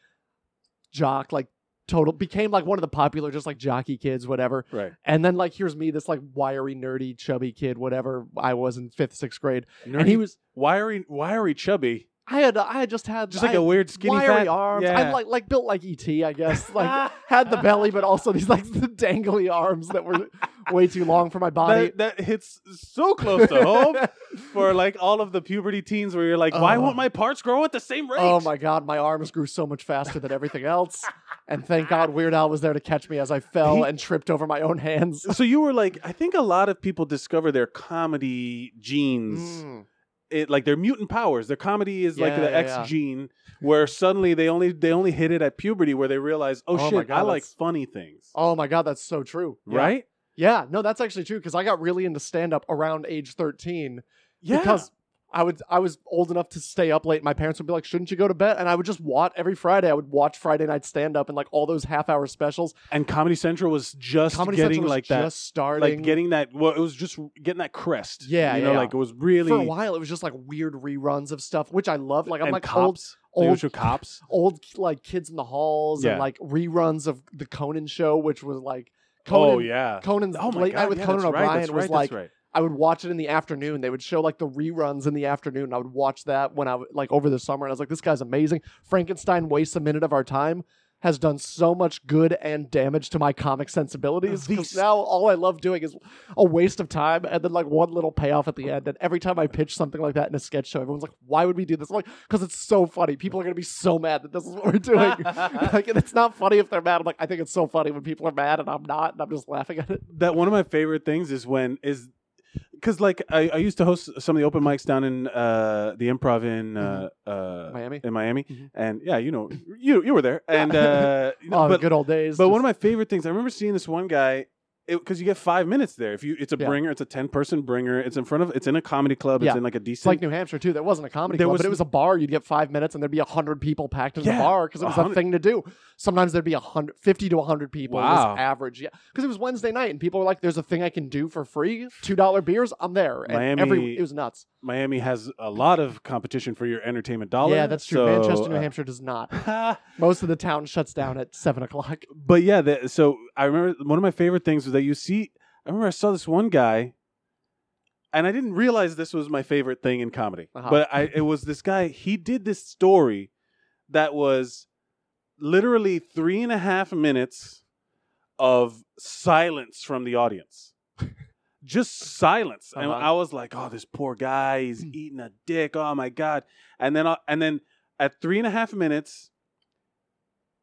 Speaker 3: jock like total became like one of the popular, just like jockey kids, whatever.
Speaker 2: Right.
Speaker 3: And then like here's me, this like wiry, nerdy, chubby kid, whatever I was in fifth, sixth grade,
Speaker 2: Nerdy,
Speaker 3: and he was.
Speaker 2: wiry, wiry, chubby,
Speaker 3: I had I had just had
Speaker 2: just like
Speaker 3: I
Speaker 2: a
Speaker 3: had
Speaker 2: weird skinny
Speaker 3: wiry
Speaker 2: fat.
Speaker 3: arms.
Speaker 2: Yeah.
Speaker 3: I like like built like ET, I
Speaker 2: *laughs*
Speaker 3: guess. Like had the belly, but also these like *laughs* the dangly arms that were way too long for my body.
Speaker 2: that, that hits so close
Speaker 3: *laughs*
Speaker 2: to home for like all of the puberty teens where you're like, why
Speaker 3: Oh.
Speaker 2: won't my parts grow at the same rate?
Speaker 3: Oh my god, my arms grew so much faster than everything else. And thank God Weird Al was there to catch me as I fell
Speaker 2: He-
Speaker 3: and tripped over my own hands.
Speaker 2: So you were like, I think a lot of people discover their comedy genes,
Speaker 3: Mm.
Speaker 2: it, like their mutant powers. Their comedy is like
Speaker 3: Yeah,
Speaker 2: the
Speaker 3: yeah,
Speaker 2: X
Speaker 3: yeah.
Speaker 2: gene, where suddenly they only they only hit it at puberty, where they realize, oh,
Speaker 3: Oh my
Speaker 2: shit,
Speaker 3: God,
Speaker 2: I like
Speaker 3: that's-
Speaker 2: funny things,
Speaker 3: Oh my god, that's so true. Yeah.
Speaker 2: right?
Speaker 3: Yeah, no, that's actually true because I got really into stand up around age 13
Speaker 2: Yeah,
Speaker 3: because I would I was old enough to stay up late. My parents would be like, "Shouldn't you go to bed?" And I would just watch every Friday. I would watch Friday night stand up and like all those half hour specials.
Speaker 2: and Comedy Central was just
Speaker 3: Comedy
Speaker 2: getting
Speaker 3: Central was
Speaker 2: like that.
Speaker 3: just starting.
Speaker 2: Like getting that, well, it was just getting that crest.
Speaker 3: Yeah,
Speaker 2: you
Speaker 3: yeah,
Speaker 2: know,
Speaker 3: yeah.
Speaker 2: like it was really
Speaker 3: for a while, it was just like weird reruns of stuff, which I love. Like I'm
Speaker 2: and
Speaker 3: like old,
Speaker 2: cops, They would
Speaker 3: old-
Speaker 2: show cops.
Speaker 3: old like kids in the halls
Speaker 2: Yeah.
Speaker 3: and like reruns of the Conan show, which was like *laughs* Conan.
Speaker 2: Oh yeah.
Speaker 3: Conan's
Speaker 2: Oh my
Speaker 3: late
Speaker 2: God,
Speaker 3: night with
Speaker 2: yeah,
Speaker 3: Conan
Speaker 2: that's right,
Speaker 3: O'Brien
Speaker 2: that's
Speaker 3: was
Speaker 2: right,
Speaker 3: like
Speaker 2: that's right.
Speaker 3: I would watch it in the afternoon. They would show like the reruns in the afternoon. and I would watch that when I w- like over the summer, and I was like, "This guy's amazing." Frankenstein wastes a minute of our time. Has done so much good and damage to my comic sensibilities. 'cause
Speaker 2: These-
Speaker 3: now all I love doing is a waste of time, and then like one little payoff at the end. And every time I pitch something like that in a sketch show, everyone's like, "Why would we do this?" I'm like, "Because it's so funny. People are gonna be so mad that this is what we're
Speaker 2: *laughs*
Speaker 3: doing. *laughs* like, and it's not funny if they're mad. I'm like, I think it's so funny when people are mad, and I'm not, and I'm just laughing at it.
Speaker 2: that one of my favorite things is when is because like I, I used to host some of the open mics down in uh, the improv in uh, uh,
Speaker 3: Miami?
Speaker 2: in Miami
Speaker 3: Mhm.
Speaker 2: and yeah you know you you were there and
Speaker 3: *laughs*
Speaker 2: uh, you know,
Speaker 3: Oh, the
Speaker 2: but
Speaker 3: good old days.
Speaker 2: but
Speaker 3: just-
Speaker 2: one of my favorite things I remember seeing this one guy because you get five minutes there if you it's a
Speaker 3: Yeah.
Speaker 2: bringer it's a ten person bringer it's in front of it's in a comedy club it's
Speaker 3: Yeah.
Speaker 2: in like a
Speaker 3: It's
Speaker 2: decent
Speaker 3: like New Hampshire too. There wasn't a comedy
Speaker 2: There
Speaker 3: club,
Speaker 2: was-
Speaker 3: but it was a bar. You'd get five minutes, and there'd be a hundred people packed in
Speaker 2: Yeah,
Speaker 3: the bar because it was
Speaker 2: a hundred.
Speaker 3: a thing to do. Sometimes there'd be a hundred, fifty to a hundred people.
Speaker 2: Wow.
Speaker 3: was average, yeah, because it was Wednesday night, and people were like, "There's a thing I can do for free. Two dollar beers. I'm there." And
Speaker 2: Miami-
Speaker 3: every, it was nuts.
Speaker 2: Miami has a lot of competition for your entertainment dollar
Speaker 3: yeah, that's true.
Speaker 2: so,
Speaker 3: Manchester, New
Speaker 2: uh,
Speaker 3: Hampshire does not. Most of the town shuts down at seven o'clock.
Speaker 2: *laughs* but yeah, the, so I remember one of my favorite things was that you see. I remember I saw this one guy, and I didn't realize this was my favorite thing in comedy.
Speaker 3: Uh-huh.
Speaker 2: But I, it was this guy. He did this story that was literally three and a half minutes of silence from
Speaker 3: *laughs*
Speaker 2: the audience. Just silence, and
Speaker 3: Uh-huh. Hmm.
Speaker 2: I was like, "Oh, this poor guy, he's eating a dick. Oh my god!" And then, I- and then, at three and a half minutes,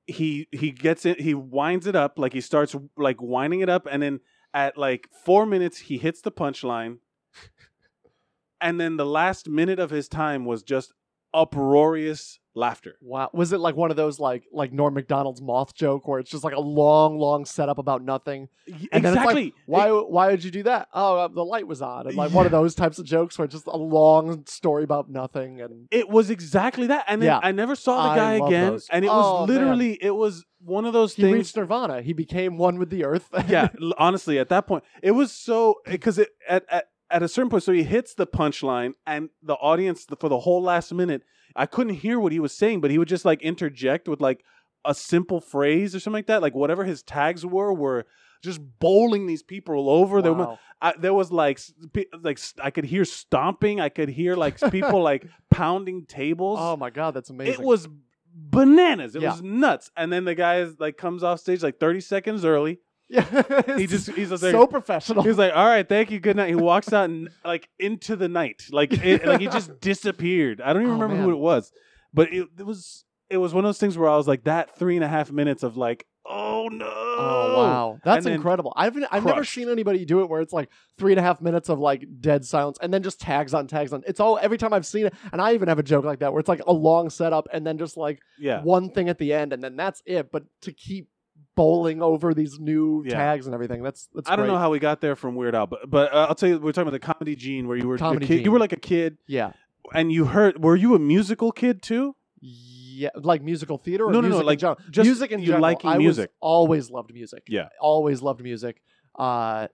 Speaker 2: he he gets it he winds it up like he starts like winding it up and then at like four minutes he hits the punchline and then the last minute of his time was just uproarious laughter
Speaker 3: Wow, was it like one of those like like Norm Macdonald's moth joke where it's just like a long, long setup about nothing? And then it's like,
Speaker 2: exactly
Speaker 3: Why? why would you do that? Oh, uh, the light was on, and like one of those types of jokes where it's just a long story about nothing. And
Speaker 2: it was exactly that and then
Speaker 3: Yeah.
Speaker 2: i never saw the
Speaker 3: I
Speaker 2: guy
Speaker 3: love
Speaker 2: again
Speaker 3: those.
Speaker 2: and it
Speaker 3: Oh,
Speaker 2: was
Speaker 3: man.
Speaker 2: literally it was one of those
Speaker 3: he
Speaker 2: things
Speaker 3: reached Nirvana. He became one with the earth. *laughs*
Speaker 2: yeah, l- honestly, at that point, it was so because it at, at at a certain point, so he hits the punchline, and the audience the, for the whole last minute, I couldn't hear what he was saying, but he would just like interject with like a simple phrase or something like that, like whatever his tags were were just bowling these people over. There, wa-
Speaker 3: Wow.
Speaker 2: I, there was like s- pe- like s- I could hear stomping, I could hear like
Speaker 3: *laughs*
Speaker 2: people like pounding tables.
Speaker 3: Oh my god, that's amazing.
Speaker 2: It was bananas. It
Speaker 3: Yeah.
Speaker 2: was nuts. And then the guy is, like comes off stage like thirty seconds early.
Speaker 3: *laughs* yeah.
Speaker 2: He just he's just like,
Speaker 3: so professional.
Speaker 2: *laughs* He's like, "All right, thank you, good night." He walks out and like into the night, like it, like
Speaker 3: *laughs*
Speaker 2: he just disappeared. I don't even
Speaker 3: Oh,
Speaker 2: remember who
Speaker 3: man.
Speaker 2: it was, but it, it was it was one of those things where I was like, that three and a half minutes of like, oh no,
Speaker 3: *laughs* Oh wow, that's
Speaker 2: And then
Speaker 3: incredible. I've I've never
Speaker 2: crushed.
Speaker 3: seen anybody do it where it's like three and a half minutes of like dead silence and then just tags on tags on. It's all every time I've seen it, and I even have a joke like that where it's like a long setup and then just like
Speaker 2: yeah,
Speaker 3: one thing at the end and then that's it but to keep bowling over these new
Speaker 2: Yeah.
Speaker 3: tags and everything that's that's
Speaker 2: I don't
Speaker 3: great.
Speaker 2: know how we got there from Weird Al, but but uh, I'll tell you, we're talking about the comedy gene where you were a
Speaker 3: Comedy
Speaker 2: kid, you
Speaker 3: gene.
Speaker 2: were like a kid,
Speaker 3: yeah
Speaker 2: and you heard, were you a musical kid too?
Speaker 3: yeah like musical theater or
Speaker 2: No, no, no,
Speaker 3: music
Speaker 2: like,
Speaker 3: in general?
Speaker 2: just
Speaker 3: music in
Speaker 2: you
Speaker 3: general
Speaker 2: liking
Speaker 3: I was-
Speaker 2: music.
Speaker 3: always loved music
Speaker 2: Yeah.
Speaker 3: always loved music uh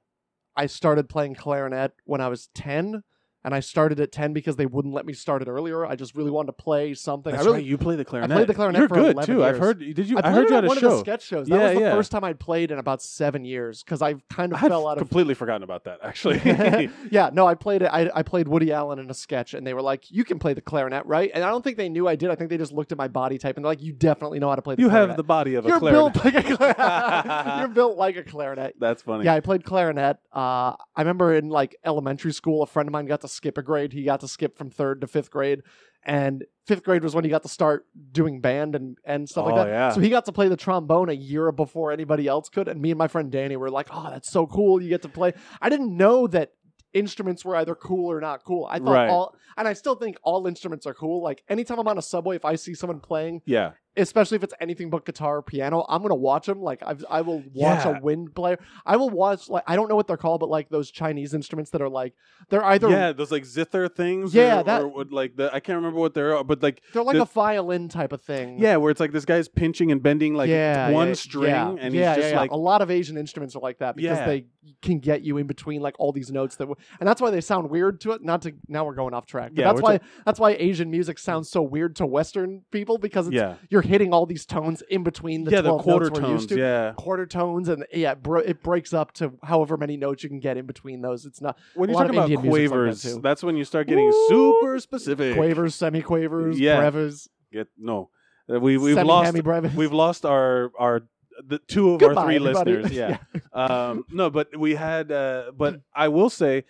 Speaker 3: I started playing clarinet when I was 10 and I started at ten because they wouldn't let me start it earlier. I just really wanted to play something.
Speaker 2: That's
Speaker 3: I really
Speaker 2: right. You play the clarinet.
Speaker 3: the clarinet
Speaker 2: You're
Speaker 3: for
Speaker 2: good
Speaker 3: 11
Speaker 2: too. I've
Speaker 3: years.
Speaker 2: heard. Did you?
Speaker 3: I
Speaker 2: I,
Speaker 3: played
Speaker 2: heard
Speaker 3: it
Speaker 2: you
Speaker 3: on
Speaker 2: at
Speaker 3: one
Speaker 2: a show.
Speaker 3: of the sketch shows. That
Speaker 2: Yeah,
Speaker 3: was the
Speaker 2: yeah.
Speaker 3: first time I'd played in about seven years because I kind of
Speaker 2: I'd
Speaker 3: fell out of
Speaker 2: completely forgotten about that.
Speaker 3: *laughs*
Speaker 2: Actually, *laughs*
Speaker 3: yeah, no, I played it. I, I played Woody Allen in a sketch, and they were like, "You can play the clarinet, right?" And I don't think they knew I did. I think they just looked at my body type and they're like, "You definitely know how to play." The
Speaker 2: you
Speaker 3: clarinet.
Speaker 2: have the body of a
Speaker 3: You're
Speaker 2: clarinet.
Speaker 3: built like a clarinet. *laughs*
Speaker 2: *laughs*
Speaker 3: You're built like a clarinet.
Speaker 2: That's funny.
Speaker 3: Yeah, I played clarinet. Uh, I remember in like elementary school, a friend of mine got to skip a grade. He got to skip from third to fifth grade, and fifth grade was when he got to start doing band and and stuff
Speaker 2: Oh,
Speaker 3: like that.
Speaker 2: yeah.
Speaker 3: So he got to play the trombone a year before anybody else could. And me and my friend Danny were like, "Oh, that's so cool! You get to play." I didn't know that instruments were either cool or not cool. I thought
Speaker 2: Right.
Speaker 3: all, and I still think all instruments are cool. Like anytime I'm on a subway, if I see someone playing
Speaker 2: Yeah.
Speaker 3: especially if it's anything but guitar or piano i'm gonna watch them like I've, i will watch
Speaker 2: Yeah.
Speaker 3: a wind player i will watch like i don't know what they're called but like those chinese instruments that are like they're either
Speaker 2: yeah, those like zither things.
Speaker 3: Yeah,
Speaker 2: or,
Speaker 3: that-
Speaker 2: or what, like the I can't remember what they're, but like
Speaker 3: they're like
Speaker 2: the-
Speaker 3: a violin type of thing
Speaker 2: yeah, where it's like this guy's pinching and bending like
Speaker 3: Mm. yeah,
Speaker 2: one
Speaker 3: yeah,
Speaker 2: string,
Speaker 3: yeah.
Speaker 2: and
Speaker 3: Yeah,
Speaker 2: he's just
Speaker 3: yeah, yeah.
Speaker 2: like
Speaker 3: a lot of Asian instruments are like that because
Speaker 2: Yeah.
Speaker 3: they can get you in between like all these notes that, w- and that's why they sound weird to it. Not to now we're going off track. But
Speaker 2: Yeah,
Speaker 3: that's
Speaker 2: we're
Speaker 3: why that's why Asian music sounds so weird to Western people because it's,
Speaker 2: yeah,
Speaker 3: you're hitting all these tones in between the
Speaker 2: yeah, the
Speaker 3: 12
Speaker 2: quarter
Speaker 3: notes we're used
Speaker 2: tones,
Speaker 3: to.
Speaker 2: yeah.
Speaker 3: quarter tones and yeah bro- it breaks up to however many notes you can get in between those it's not
Speaker 2: When
Speaker 3: A
Speaker 2: you
Speaker 3: lot
Speaker 2: talk
Speaker 3: of
Speaker 2: about
Speaker 3: Indian music's like that,
Speaker 2: quavers,
Speaker 3: too.
Speaker 2: that's when you start getting
Speaker 3: Woo!
Speaker 2: super specific.
Speaker 3: quavers semi-quavers
Speaker 2: Yeah.
Speaker 3: brevis
Speaker 2: Get no, Uh, we we've lost
Speaker 3: semi-hemi-brevis
Speaker 2: we've lost our our the two of
Speaker 3: Goodbye,
Speaker 2: our three
Speaker 3: everybody.
Speaker 2: listeners.
Speaker 3: *laughs*
Speaker 2: Yeah. um, no, but we had. Uh, but I will say,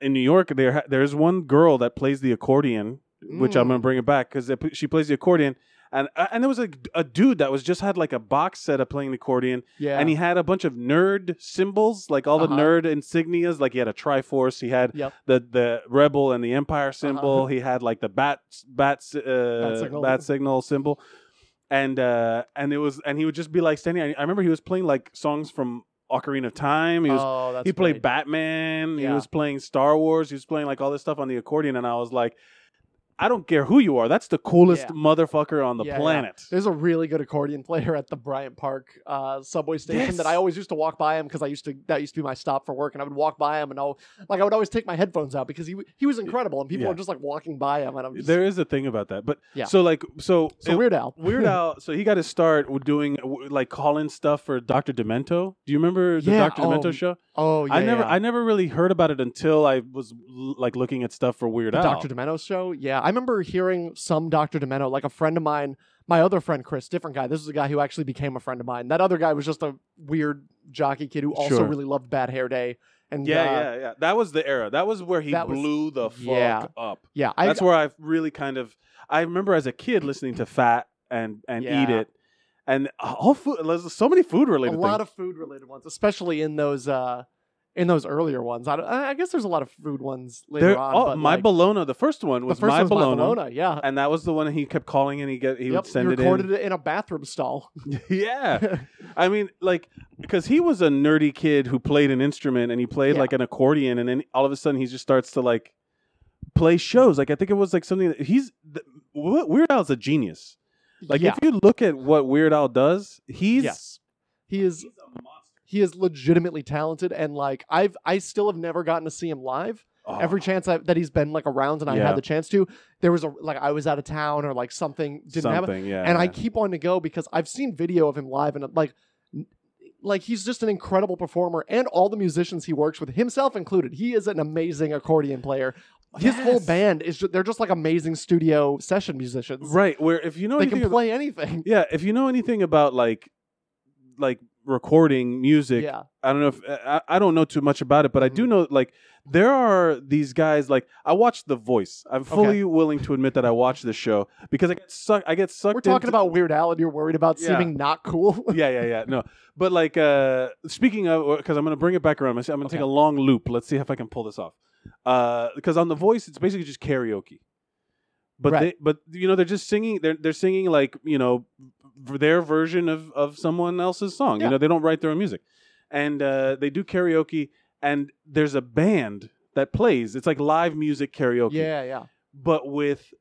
Speaker 2: in New York, there ha- there's one girl that plays the accordion, which I'm
Speaker 3: Mm.
Speaker 2: gonna bring it back because she plays the accordion. And, uh, and there was a, a dude that was just had like a box set of playing the accordion,
Speaker 3: yeah
Speaker 2: and he had a bunch of nerd symbols, like all the
Speaker 3: Uh-huh.
Speaker 2: nerd insignias. Like he had a Triforce, he had
Speaker 3: Yep.
Speaker 2: the, the Rebel and the Empire symbol, he had like the bat bat s- uh,
Speaker 3: Uh-huh. Bat signal.
Speaker 2: bat signal symbol, and uh, and it was and he would just be like standing. I, I remember he was playing like songs from Ocarina of Time. He was
Speaker 3: oh, that's
Speaker 2: he played
Speaker 3: great.
Speaker 2: Batman. He
Speaker 3: Yeah.
Speaker 2: was playing Star Wars. He was playing like all this stuff on the accordion, and I was like, I don't care who you are. That's the coolest
Speaker 3: Yeah.
Speaker 2: motherfucker on the
Speaker 3: Yeah, yeah.
Speaker 2: planet.
Speaker 3: there's a really good accordion player at the Bryant Park uh, subway station
Speaker 2: Yes.
Speaker 3: that I always used to walk by him because I used to that used to be my stop for work and I would walk by him and I'll like I would always take my headphones out because he w- he was incredible and people
Speaker 2: Yeah.
Speaker 3: were just like walking by him and I'm just,
Speaker 2: There is a thing about that, but
Speaker 3: Yeah.
Speaker 2: So like so,
Speaker 3: so
Speaker 2: it-
Speaker 3: Weird Al *laughs*
Speaker 2: Weird Al, so he got his start with doing w- like calling stuff for Dr. Demento. Do you remember the
Speaker 3: Yeah,
Speaker 2: Dr. Demento
Speaker 3: oh,
Speaker 2: show?
Speaker 3: oh yeah
Speaker 2: I never,
Speaker 3: yeah.
Speaker 2: I never really heard about it until I was l- like looking at stuff for Weird
Speaker 3: The
Speaker 2: Al.
Speaker 3: Dr. Demento show? Yeah. I remember hearing some Dr. Demento, like a friend of mine, my other friend Chris, different guy. This is a guy who actually became a friend of mine. That other guy was just a weird jockey kid who also
Speaker 2: Sure.
Speaker 3: really loved Bad Hair Day. And
Speaker 2: yeah,
Speaker 3: uh,
Speaker 2: yeah, yeah. That was the era. That was where he
Speaker 3: That was-
Speaker 2: blew the fuck
Speaker 3: yeah.
Speaker 2: up.
Speaker 3: yeah. I,
Speaker 2: That's where I really kind of. I remember as a kid listening to Fat and and Eat
Speaker 3: Yeah.
Speaker 2: It, and uh, all food. There's so many food
Speaker 3: a
Speaker 2: related.
Speaker 3: lot of food related ones, especially in those uh in those earlier ones. I, don't- I I guess there's a lot of food ones later on. but
Speaker 2: oh, my
Speaker 3: like,
Speaker 2: Bologna. The first one
Speaker 3: the
Speaker 2: was
Speaker 3: first
Speaker 2: my
Speaker 3: one's
Speaker 2: Bologna,
Speaker 3: my Bologna. Yeah.
Speaker 2: and that was the one he kept calling and he get he
Speaker 3: Yep,
Speaker 2: would send
Speaker 3: he
Speaker 2: it in.
Speaker 3: recorded it in a bathroom stall.
Speaker 2: yeah. I mean, like, because he was a nerdy kid who played an instrument and he played
Speaker 3: Yeah.
Speaker 2: like an accordion, and then all of a sudden he just starts to like play shows. Like, I think it was like something that he's th- Wh- Weird Al's a genius.
Speaker 3: *laughs*
Speaker 2: Like,
Speaker 3: yeah.
Speaker 2: if you look at what Weird Al does, he's
Speaker 3: yes. He is he is legitimately talented and like I've I still have never gotten to see him live.
Speaker 2: Oh,
Speaker 3: Every chance I, that he's been like around and I
Speaker 2: Yeah.
Speaker 3: had the chance to, there was a like I was out of town or like something didn't happen.
Speaker 2: something, yeah.
Speaker 3: And I
Speaker 2: yeah.
Speaker 3: keep on to go because I've seen video of him live and uh, like n- like he's just an incredible performer and all the musicians he works with himself included. He is an amazing accordion player. His whole
Speaker 2: Yes.
Speaker 3: band is just, they're just like amazing studio session musicians.
Speaker 2: right where if you know
Speaker 3: They
Speaker 2: anything,
Speaker 3: can
Speaker 2: about-
Speaker 3: play anything.
Speaker 2: yeah, if you know anything about like like recording music,
Speaker 3: Yeah.
Speaker 2: I don't know if I, I don't know too much about it, but I
Speaker 3: Mm-hmm.
Speaker 2: do know like there are these guys like I watched The Voice. I'm fully willing to admit that I watched this show because I get sucked. I get sucked.
Speaker 3: We're talking
Speaker 2: into-
Speaker 3: about Weird Al and you're worried about
Speaker 2: Yeah.
Speaker 3: seeming not cool. *laughs*
Speaker 2: *laughs* yeah, yeah, yeah. No, but like uh speaking of, because I'm gonna bring it back around. I'm gonna- I'm gonna take
Speaker 3: Okay.
Speaker 2: a long loop. Let's see if I can pull this off. Uh Because on The Voice, it's basically just karaoke. But
Speaker 3: Right.
Speaker 2: they, but you know, they're just singing. They're they're singing like you know v- their version of of someone else's song.
Speaker 3: Yeah.
Speaker 2: You know, they don't write their own music, and uh, they do karaoke. And there's a band that plays. It's like live music karaoke
Speaker 3: Yeah, yeah.
Speaker 2: but with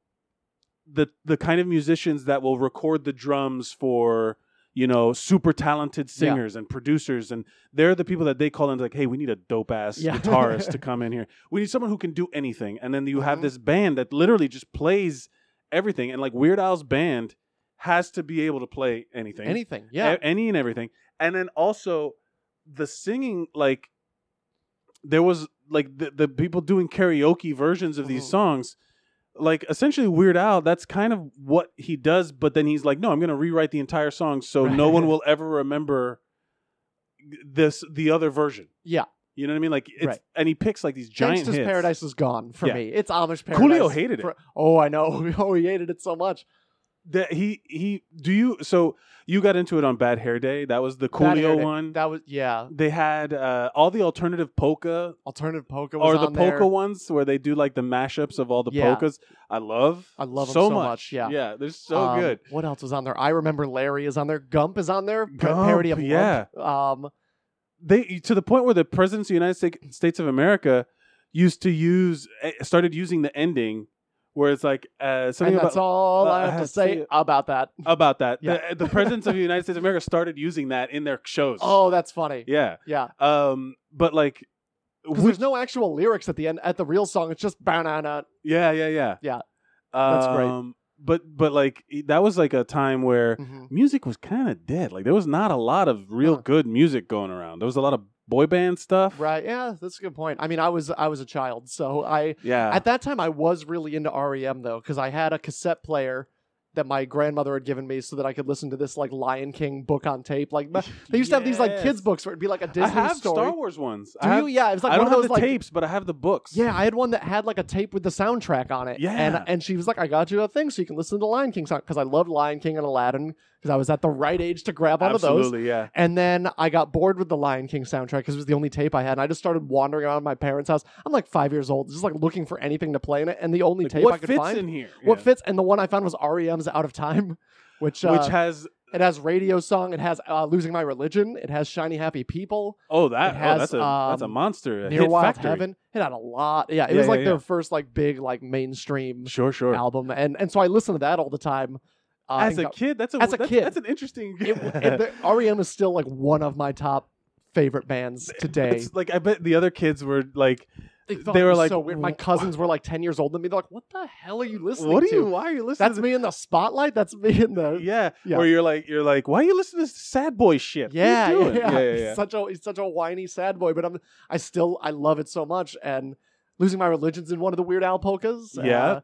Speaker 2: the the kind of musicians that will record the drums for you know, super talented singers and producers, and they're the people that they call in like, hey, we need a dope ass
Speaker 3: Yeah.
Speaker 2: guitarist to come in here. We need someone who can do anything, and then you have
Speaker 3: Mhm.
Speaker 2: this band that literally just plays everything, and like Weird Al's band has to be able to play anything,
Speaker 3: Anything. Yeah.
Speaker 2: a- any and everything, and then also the singing like there was like the, the people doing karaoke versions of these
Speaker 3: Mhm.
Speaker 2: songs like essentially weird al that's kind of what he does but then he's like no i'm going to rewrite the entire song so no one will ever remember this the other version
Speaker 3: Yeah.
Speaker 2: you know what i mean like it's
Speaker 3: Right.
Speaker 2: and he picks like these giant
Speaker 3: Gangsta's
Speaker 2: hits.
Speaker 3: Paradise is gone for
Speaker 2: Yeah.
Speaker 3: me. It's Amish Paradise.
Speaker 2: Coolio hated it.
Speaker 3: for- oh, I know. *laughs* Oh, he hated it so much.
Speaker 2: that he he do you so you got into it on bad hair day that was the
Speaker 3: That
Speaker 2: coolio
Speaker 3: aired it.
Speaker 2: one
Speaker 3: That was yeah.
Speaker 2: they had uh, all the alternative polka
Speaker 3: Alternative polka was
Speaker 2: or the
Speaker 3: on there.
Speaker 2: polka ones where they do like the mashups of all the
Speaker 3: Yeah.
Speaker 2: polkas. I love.
Speaker 3: I love 'em
Speaker 2: so
Speaker 3: so
Speaker 2: much.
Speaker 3: much, yeah.
Speaker 2: yeah, they're so
Speaker 3: Um,
Speaker 2: good.
Speaker 3: What else was on there? I remember Larry is on there. Gump is on there. Pa-
Speaker 2: Gump,
Speaker 3: parody of Lump.
Speaker 2: yeah.
Speaker 3: Um,
Speaker 2: They to the point where the presidents of the United Sta- States of America used to use eh, started using the ending where it's like uh,
Speaker 3: and
Speaker 2: something about
Speaker 3: that's all
Speaker 2: uh,
Speaker 3: I have to say
Speaker 2: see-
Speaker 3: about that.
Speaker 2: *laughs* about that.
Speaker 3: Yeah.
Speaker 2: The, the presidents of the United States of America started using that in their shows.
Speaker 3: Oh, that's funny.
Speaker 2: yeah.
Speaker 3: Yeah.
Speaker 2: Um, but like,
Speaker 3: 'Cause there's no actual lyrics at the end at the real song. It's just banana.
Speaker 2: yeah, yeah, yeah,
Speaker 3: Yeah.
Speaker 2: Um,
Speaker 3: That's great.
Speaker 2: But but like e, that was like a time where
Speaker 3: Mhm.
Speaker 2: music was kind of dead. Like there was not a lot of real
Speaker 3: Huh.
Speaker 2: good music going around. There was a lot of boy band stuff.
Speaker 3: Right. Yeah, that's a good point. I mean, I was I was a child, so I
Speaker 2: Yeah.
Speaker 3: At that time, I was really into REM though, because I had a cassette player that my grandmother had given me so that I could listen to this like Lion King book on tape. Like my- they used to have these like
Speaker 2: Yes.
Speaker 3: kids books where it'd be like a Disney
Speaker 2: I have
Speaker 3: story.
Speaker 2: Star Wars ones.
Speaker 3: Do
Speaker 2: I, have,
Speaker 3: you? Yeah, it was like
Speaker 2: I
Speaker 3: one
Speaker 2: don't
Speaker 3: of
Speaker 2: have
Speaker 3: those
Speaker 2: the
Speaker 3: like
Speaker 2: tapes, but I have the books.
Speaker 3: yeah, I had one that had like a tape with the soundtrack on it.
Speaker 2: Yeah.
Speaker 3: and and she was like, I got you a thing so you can listen to Lion King song because I loved Lion King and Aladdin because I was at the right age to grab onto those.
Speaker 2: absolutely. Yeah.
Speaker 3: And then I got bored with the Lion King soundtrack because it was the only tape I had. And I just started wandering around my parents' house. I'm like five years old, just like looking for anything to play in it. And the only
Speaker 2: Like,
Speaker 3: tape I
Speaker 2: what
Speaker 3: could
Speaker 2: fits
Speaker 3: find,
Speaker 2: in here?
Speaker 3: what
Speaker 2: Yeah.
Speaker 3: fits, and the one I found was REM's "Out of Time," *laughs* which, uh,
Speaker 2: Which has
Speaker 3: it has radio song, it has uh, "Losing My Religion," it has "Shiny Happy People,"
Speaker 2: oh that
Speaker 3: it has,
Speaker 2: oh, that's a that's a
Speaker 3: um,
Speaker 2: monster. A
Speaker 3: "Near
Speaker 2: hit
Speaker 3: Wild
Speaker 2: factory.
Speaker 3: Heaven." It had a lot. Yeah, it
Speaker 2: Yeah,
Speaker 3: was like
Speaker 2: yeah, yeah.
Speaker 3: their first like big like mainstream
Speaker 2: Sure, sure.
Speaker 3: album, and and so I listened to that all the time. Uh,
Speaker 2: as
Speaker 3: and
Speaker 2: a
Speaker 3: got-
Speaker 2: kid, that's a
Speaker 3: as a
Speaker 2: that's,
Speaker 3: kid.
Speaker 2: that's an interesting.
Speaker 3: it,
Speaker 2: *laughs*
Speaker 3: it, the, REM is still like one of my top favorite
Speaker 2: *laughs*
Speaker 3: bands today.
Speaker 2: it's like I bet the other kids were like,
Speaker 3: They, thought
Speaker 2: They
Speaker 3: it
Speaker 2: were
Speaker 3: was
Speaker 2: like,
Speaker 3: so weird. My
Speaker 2: "Wha-
Speaker 3: cousins were like ten years older than me. They're like, "What the hell are you listening
Speaker 2: "What are
Speaker 3: to?
Speaker 2: you? Why are you listening?"
Speaker 3: That's
Speaker 2: to
Speaker 3: me in the spotlight. That's me in the
Speaker 2: yeah,
Speaker 3: *laughs* Yeah.
Speaker 2: Where you're like, you're like, why are you listening to this sad boy shit? What are you
Speaker 3: yeah,
Speaker 2: doing?"
Speaker 3: yeah,
Speaker 2: yeah, yeah,
Speaker 3: He's *laughs*
Speaker 2: yeah.
Speaker 3: Such a he's such a whiny sad boy, but I'm I still I love it so much. And losing my religions in one of the Weird Al polkas.
Speaker 2: Yeah.
Speaker 3: uh,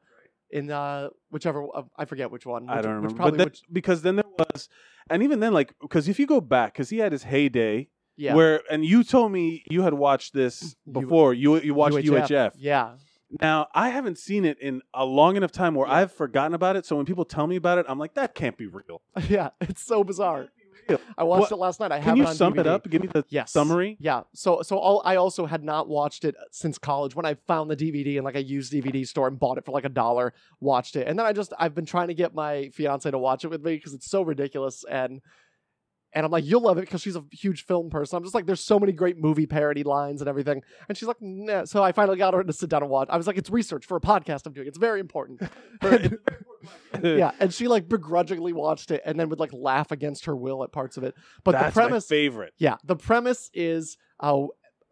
Speaker 3: in uh, whichever uh, I forget which one.
Speaker 2: I
Speaker 3: which- Which
Speaker 2: don't remember.
Speaker 3: probably
Speaker 2: but then,
Speaker 3: which,
Speaker 2: because then there was, and even then, like, because if you go back, because he had his heyday
Speaker 3: yeah.
Speaker 2: where, and you told me you had watched this
Speaker 3: U-
Speaker 2: before. You you watched UHF.
Speaker 3: Yeah. *laughs*
Speaker 2: Now I haven't seen it in a long enough time where I've forgotten about it. So when people tell me about it, I'm like, that can't be real.
Speaker 3: Yeah. It's so bizarre.
Speaker 2: real.
Speaker 3: I watched
Speaker 2: What-
Speaker 3: it last night. I have
Speaker 2: Can you
Speaker 3: it on
Speaker 2: sum
Speaker 3: DVD.
Speaker 2: it up? Give me the
Speaker 3: Yes.
Speaker 2: summary.
Speaker 3: Yeah. So so all, I also had not watched it since college when I found the DVD in like a used DVD store and bought it for like a dollar, watched it. And then I just I've been trying to get my fiance to watch it with me cuz it's so ridiculous and and I'm like you'll love it cuz she's a huge film person. I'm just like there's so many great movie parody lines and everything. And she's like nah. so I finally got her to sit down and watch. I was like it's research for a podcast I'm doing. It's very
Speaker 2: *laughs*
Speaker 3: important. And- yeah, and she like begrudgingly watched it and then would like laugh against her will at parts of it. But
Speaker 2: *laughs* That's
Speaker 3: the premise
Speaker 2: my favorite.
Speaker 3: yeah, the premise is uh,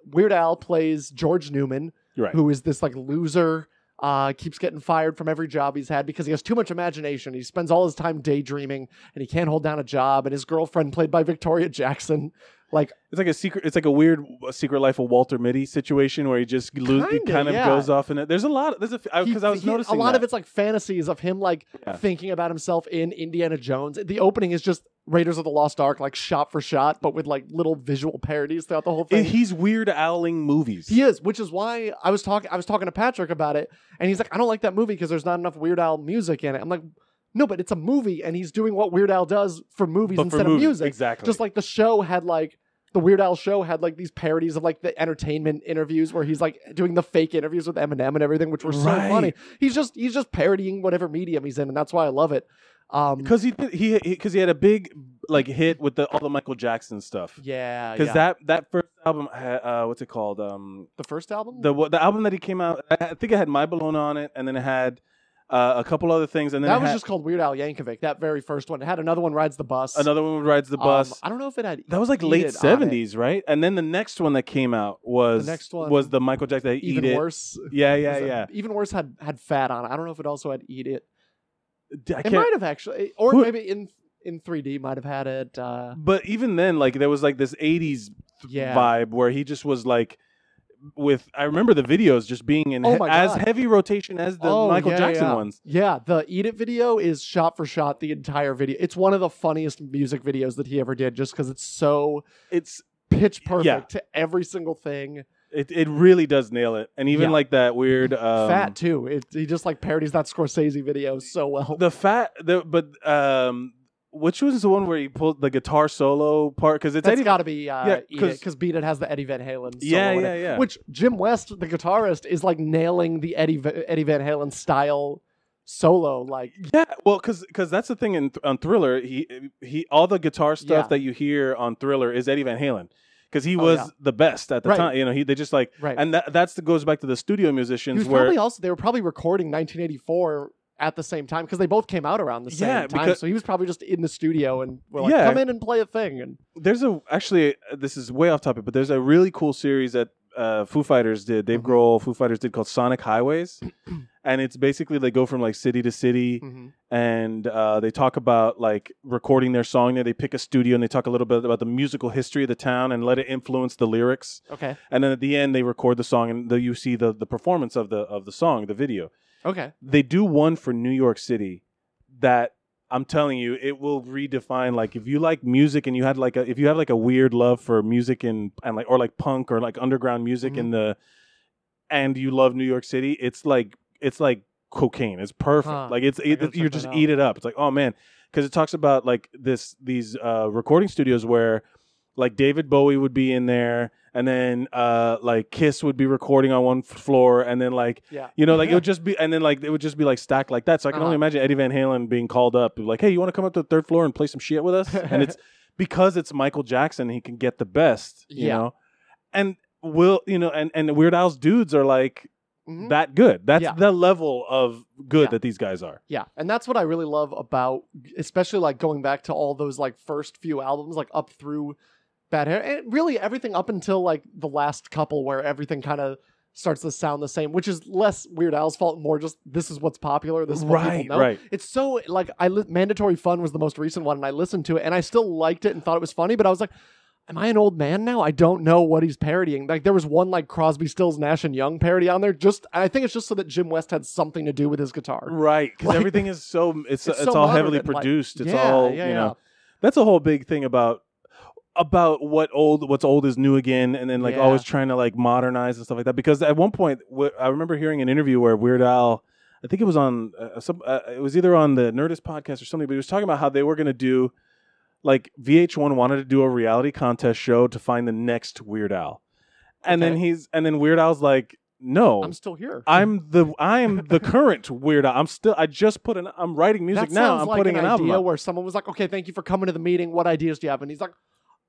Speaker 3: Weird Al plays George Newman,
Speaker 2: You're right.
Speaker 3: who is this like loser, uh, keeps getting fired from every job he's had because he has too much imagination. He spends all his time daydreaming and he can't hold down a job. And his girlfriend, played by Victoria Jackson, like
Speaker 2: It's like a secret. It's like a weird uh, secret life of Walter Mitty situation where he just lo- he
Speaker 3: Kinda,
Speaker 2: kind of
Speaker 3: yeah.
Speaker 2: goes off in it. There's a lot. There's a
Speaker 3: he-
Speaker 2: because Oh, I was
Speaker 3: he-
Speaker 2: noticing
Speaker 3: a lot
Speaker 2: that.
Speaker 3: of it's like fantasies of him like
Speaker 2: Yeah.
Speaker 3: thinking about himself in Indiana Jones. The opening is just Raiders of the Lost Ark, like shot for shot, but with like little visual parodies throughout the whole
Speaker 2: It-
Speaker 3: thing.
Speaker 2: he's weird owling movies.
Speaker 3: He is, which is why I was talking. I was talking to Patrick about it, and he's like, "I don't like that movie because there's not enough Weird Al music in it." I'm like, "No, but it's a movie, and he's doing what Weird Al does for movies
Speaker 2: but for
Speaker 3: instead of
Speaker 2: movies,
Speaker 3: music."
Speaker 2: exactly.
Speaker 3: Just like the show had like the Weird Al show had like these parodies of like the entertainment interviews where he's like doing the fake interviews with Eminem and everything, which were so
Speaker 2: Right.
Speaker 3: funny. He's just he's just parodying whatever medium he's in, and that's why I love it. Um,
Speaker 2: because he did, he because he had a big like hit with the all the Michael Jackson stuff.
Speaker 3: yeah,
Speaker 2: Because
Speaker 3: yeah.
Speaker 2: that that first album, had, uh, what's it called? Um,
Speaker 3: the first album,
Speaker 2: the what- the album that he came out. I I think it had My Bologna on it, and then it had uh, a couple other things, and then
Speaker 3: that
Speaker 2: it
Speaker 3: was
Speaker 2: had-
Speaker 3: just called Weird Al Yankovic. That very first one. It had another one rides the bus.
Speaker 2: another one rides the
Speaker 3: Um,
Speaker 2: bus.
Speaker 3: I don't know if it had.
Speaker 2: that was like
Speaker 3: Eat
Speaker 2: late
Speaker 3: It on it.
Speaker 2: seventies, right? And then the next one that came out was
Speaker 3: The next one-
Speaker 2: was the Michael Jackson that
Speaker 3: even
Speaker 2: Eat It.
Speaker 3: worse.
Speaker 2: Yeah, yeah,
Speaker 3: Was it-
Speaker 2: yeah.
Speaker 3: Even worse had had fat on. it. I don't know if it also had eat it.
Speaker 2: D- I
Speaker 3: It
Speaker 2: can't.
Speaker 3: might have actually, or
Speaker 2: Who-
Speaker 3: maybe in in 3D might have had it. Uh,
Speaker 2: But even then, like there was like this eighties
Speaker 3: yeah,
Speaker 2: vibe where he just was like with I remember the videos just being in
Speaker 3: Oh
Speaker 2: he-
Speaker 3: my
Speaker 2: as
Speaker 3: God.
Speaker 2: heavy rotation as the
Speaker 3: Oh,
Speaker 2: Michael
Speaker 3: yeah,
Speaker 2: Jackson
Speaker 3: yeah.
Speaker 2: ones.
Speaker 3: yeah. The eat it video is shot for shot the entire video. It's one of the funniest music videos that he ever did, just because it's so
Speaker 2: It's
Speaker 3: pitch
Speaker 2: Yeah.
Speaker 3: perfect to every single thing.
Speaker 2: it, it really does nail it. And even
Speaker 3: Yeah.
Speaker 2: like that weird um,
Speaker 3: Fat too. It, he just like parodies that Scorsese video so well.
Speaker 2: um, the fat the but um which was the one where he pulled the guitar solo part because it's
Speaker 3: That's
Speaker 2: Eddie-
Speaker 3: got to be uh,
Speaker 2: Yeah,
Speaker 3: Eat
Speaker 2: 'cause-
Speaker 3: It because Beat It has the Eddie Van Halen. Solo
Speaker 2: yeah
Speaker 3: in it.
Speaker 2: yeah yeah
Speaker 3: Which Jim West, the guitarist, is like nailing the Eddie Va- Eddie Van Halen style solo. Like
Speaker 2: Yeah, well, because that's the thing in Th- on Thriller, he he all the guitar stuff
Speaker 3: Yeah.
Speaker 2: that you hear on Thriller is Eddie Van Halen because he
Speaker 3: Oh,
Speaker 2: was
Speaker 3: yeah.
Speaker 2: the best at the
Speaker 3: Right.
Speaker 2: time. You know, he they just like
Speaker 3: right.
Speaker 2: and that that's the goes back to the studio
Speaker 3: he
Speaker 2: musicians
Speaker 3: was
Speaker 2: where
Speaker 3: probably also they were probably recording 1984 at the same time because they both came out around the same
Speaker 2: Yeah,
Speaker 3: time.
Speaker 2: because-
Speaker 3: so he was probably just in the studio and were like,
Speaker 2: Yeah.
Speaker 3: come in and play a thing. And
Speaker 2: there's a actually uh, this is way off topic, but there's a really cool series that uh, Foo Fighters did. Dave
Speaker 3: Mhm.
Speaker 2: Grohl, Foo Fighters did called Sonic
Speaker 3: *clears throat*
Speaker 2: Highways, and it's basically they go from like city to city. and uh, they talk about like recording their song there. They pick a studio and they talk a little bit about the musical history of the town and let it influence the lyrics.
Speaker 3: okay,
Speaker 2: And then at the end, they record the song and the, you see the the performance of the of the song, the video.
Speaker 3: okay,
Speaker 2: They do one for New York City that I'm telling you, it will redefine. Like if you like music and you had like a if you have like a weird love for music and and like or like punk or like underground music
Speaker 3: Mm-hmm.
Speaker 2: in the and you love New York City, it's like it's like cocaine. It's perfect.
Speaker 3: Huh.
Speaker 2: Like it's it,
Speaker 3: gotta check
Speaker 2: you
Speaker 3: that
Speaker 2: just
Speaker 3: out.
Speaker 2: eat it up. It's like oh man, because it talks about like this these uh, recording studios where like David Bowie would be in there, and then uh, like Kiss would be recording on one f- floor, and then like
Speaker 3: yeah.
Speaker 2: you know like it would just be and then like it would just be like stacked like that. So I can
Speaker 3: Uh-huh.
Speaker 2: only imagine Eddie Van Halen being called up like hey you want to come up to the third floor and play some shit with us?
Speaker 3: *laughs*
Speaker 2: And it's because it's Michael Jackson he can get the best you
Speaker 3: Yeah.
Speaker 2: know, and will you know and and Weird Al's dudes are like
Speaker 3: Mhm.
Speaker 2: that good. That's
Speaker 3: Yeah.
Speaker 2: the level of good
Speaker 3: Yeah.
Speaker 2: that these guys are.
Speaker 3: Yeah, and that's what I really love about, especially like going back to all those like first few albums, like up through Bad Hair, and really everything up until like the last couple, where everything kind of starts to sound the same, which is less Weird Al's fault, more just this is what's popular, this is what people
Speaker 2: right,
Speaker 3: know.
Speaker 2: right.
Speaker 3: It's so like I li- mandatory fun was the most recent one, and I listened to it, and I still liked it and thought it was funny, but I was like. Am I an old man now? I don't know what he's parodying. Like there was one like Crosby, Stills, Nash and Young parody on there. Just I think it's just so that Jim West had something to do with his guitar.
Speaker 2: Right, because
Speaker 3: Like-
Speaker 2: everything is
Speaker 3: *laughs*
Speaker 2: so it's it's,
Speaker 3: It's so
Speaker 2: all
Speaker 3: modern
Speaker 2: heavily
Speaker 3: and, like,
Speaker 2: produced. It's
Speaker 3: yeah,
Speaker 2: all
Speaker 3: yeah,
Speaker 2: you
Speaker 3: yeah.
Speaker 2: know. That's a whole big thing about about what old what's old is new again, and then like
Speaker 3: Yeah.
Speaker 2: always trying to like modernize and stuff like that. Because at one point, wh- I remember hearing an interview where Weird Al, I think it was on uh, some, uh, it was either on the Nerdist podcast or something, but he was talking about how they were going to do like VH1 wanted to do a reality contest show to find the next Weird Al, and then
Speaker 3: Okay.
Speaker 2: he's and then Weird Al's like, no,
Speaker 3: I'm still here.
Speaker 2: I'm the I'm
Speaker 3: *laughs*
Speaker 2: the current weirdo. I'm still I just put an I'm writing music
Speaker 3: that
Speaker 2: now.
Speaker 3: sounds
Speaker 2: I'm
Speaker 3: like
Speaker 2: putting
Speaker 3: an,
Speaker 2: an, album.
Speaker 3: idea
Speaker 2: out.
Speaker 3: where someone was like, "Okay, thank you for coming to the meeting. What ideas do you have?" And he's like,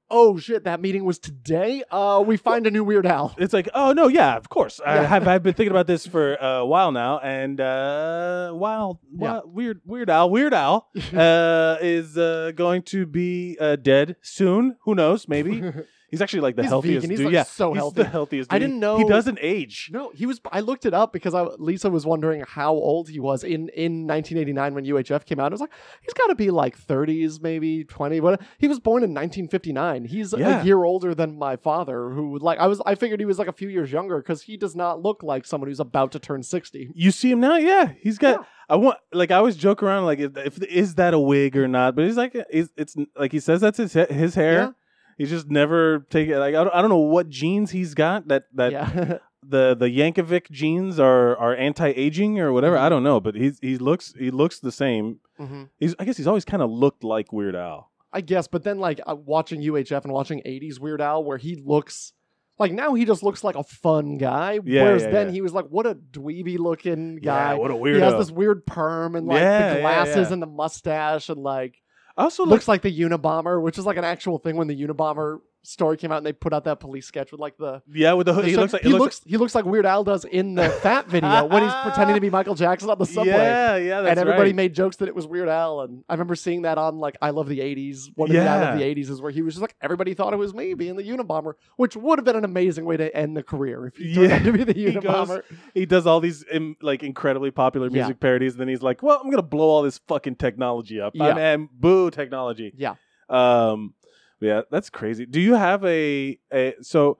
Speaker 3: "Oh shit, that meeting was today. Uh, we find a new Weird Al."
Speaker 2: *laughs* It's like, oh no, yeah, of course. I
Speaker 3: Yeah.
Speaker 2: have I've been thinking about this for a while now, and uh, wow,
Speaker 3: Yeah.
Speaker 2: weird, weird owl,
Speaker 3: *laughs*
Speaker 2: weird owl uh, is uh, going to be uh, dead soon. Who knows?
Speaker 3: *laughs*
Speaker 2: Maybe he's actually like the
Speaker 3: He's
Speaker 2: healthiest
Speaker 3: vegan. He's,
Speaker 2: dude.
Speaker 3: like,
Speaker 2: yeah,
Speaker 3: so
Speaker 2: he's
Speaker 3: healthy.
Speaker 2: the healthiest.
Speaker 3: I
Speaker 2: dude.
Speaker 3: didn't know-
Speaker 2: he doesn't age.
Speaker 3: no, he was. I looked it up because I, Lisa was wondering how old he was in in 1989 when UHF came out. I was like, he's got to be like 30s, maybe 20. But he was born in 1959. He's
Speaker 2: Yeah.
Speaker 3: a year older than my father, who like I was. I figured he was like a few years younger because he does not look like someone who's about to turn 60.
Speaker 2: You see him now? Yeah, he's got.
Speaker 3: Yeah.
Speaker 2: I want like I always joke around like if, if is that a wig or not? But he's like it's, it's like he says that's his his hair.
Speaker 3: Yeah.
Speaker 2: He's just never taken like I don't, I don't know what genes he's got that that
Speaker 3: yeah, *laughs*
Speaker 2: the the Yankovic genes are are anti aging or whatever.
Speaker 3: Mm-hmm.
Speaker 2: I don't know, but he's he looks he looks the same.
Speaker 3: hmm
Speaker 2: He's I guess he's always kind of looked like Weird Al.
Speaker 3: I guess, but then like uh, watching UHF and watching 80s Weird Al, where he looks like now he just looks like a fun guy.
Speaker 2: Yeah,
Speaker 3: whereas
Speaker 2: yeah,
Speaker 3: then
Speaker 2: yeah.
Speaker 3: he was like, what a dweeby looking guy.
Speaker 2: what a
Speaker 3: he has
Speaker 2: weirdo.
Speaker 3: this weird perm and like
Speaker 2: Yeah, yeah,
Speaker 3: the glasses
Speaker 2: yeah.
Speaker 3: and the mustache and like
Speaker 2: I also
Speaker 3: looks like the Unabomber, which is like an actual thing when the Unabomber story came out and they put out that police sketch with like the
Speaker 2: Yeah, with the hood.
Speaker 3: they
Speaker 2: He
Speaker 3: said-
Speaker 2: looks like
Speaker 3: he looks he looks like Weird Al does in the Fat video when he's pretending to be Michael Jackson
Speaker 2: *laughs*
Speaker 3: on the subway.
Speaker 2: Yeah, yeah, that's
Speaker 3: and everybody
Speaker 2: right.
Speaker 3: made jokes that it was Weird Al, and I remember seeing that on like I Love the '80s. One of the I Love the
Speaker 2: Yeah.
Speaker 3: '80s is where he was just like everybody thought it was me being the Unabomber, which would have been an amazing way to end the career if you turned
Speaker 2: Yeah.
Speaker 3: out to be the
Speaker 2: *laughs* He goes-
Speaker 3: Unabomber.
Speaker 2: he does all these im- like incredibly popular
Speaker 3: Yeah.
Speaker 2: music parodies, and then he's like, "Well, I'm gonna blow all this fucking technology up.
Speaker 3: Yeah.
Speaker 2: I'm, I'm- boo technology."
Speaker 3: Yeah.
Speaker 2: Um. Yeah, that's crazy. Do you have a, a so?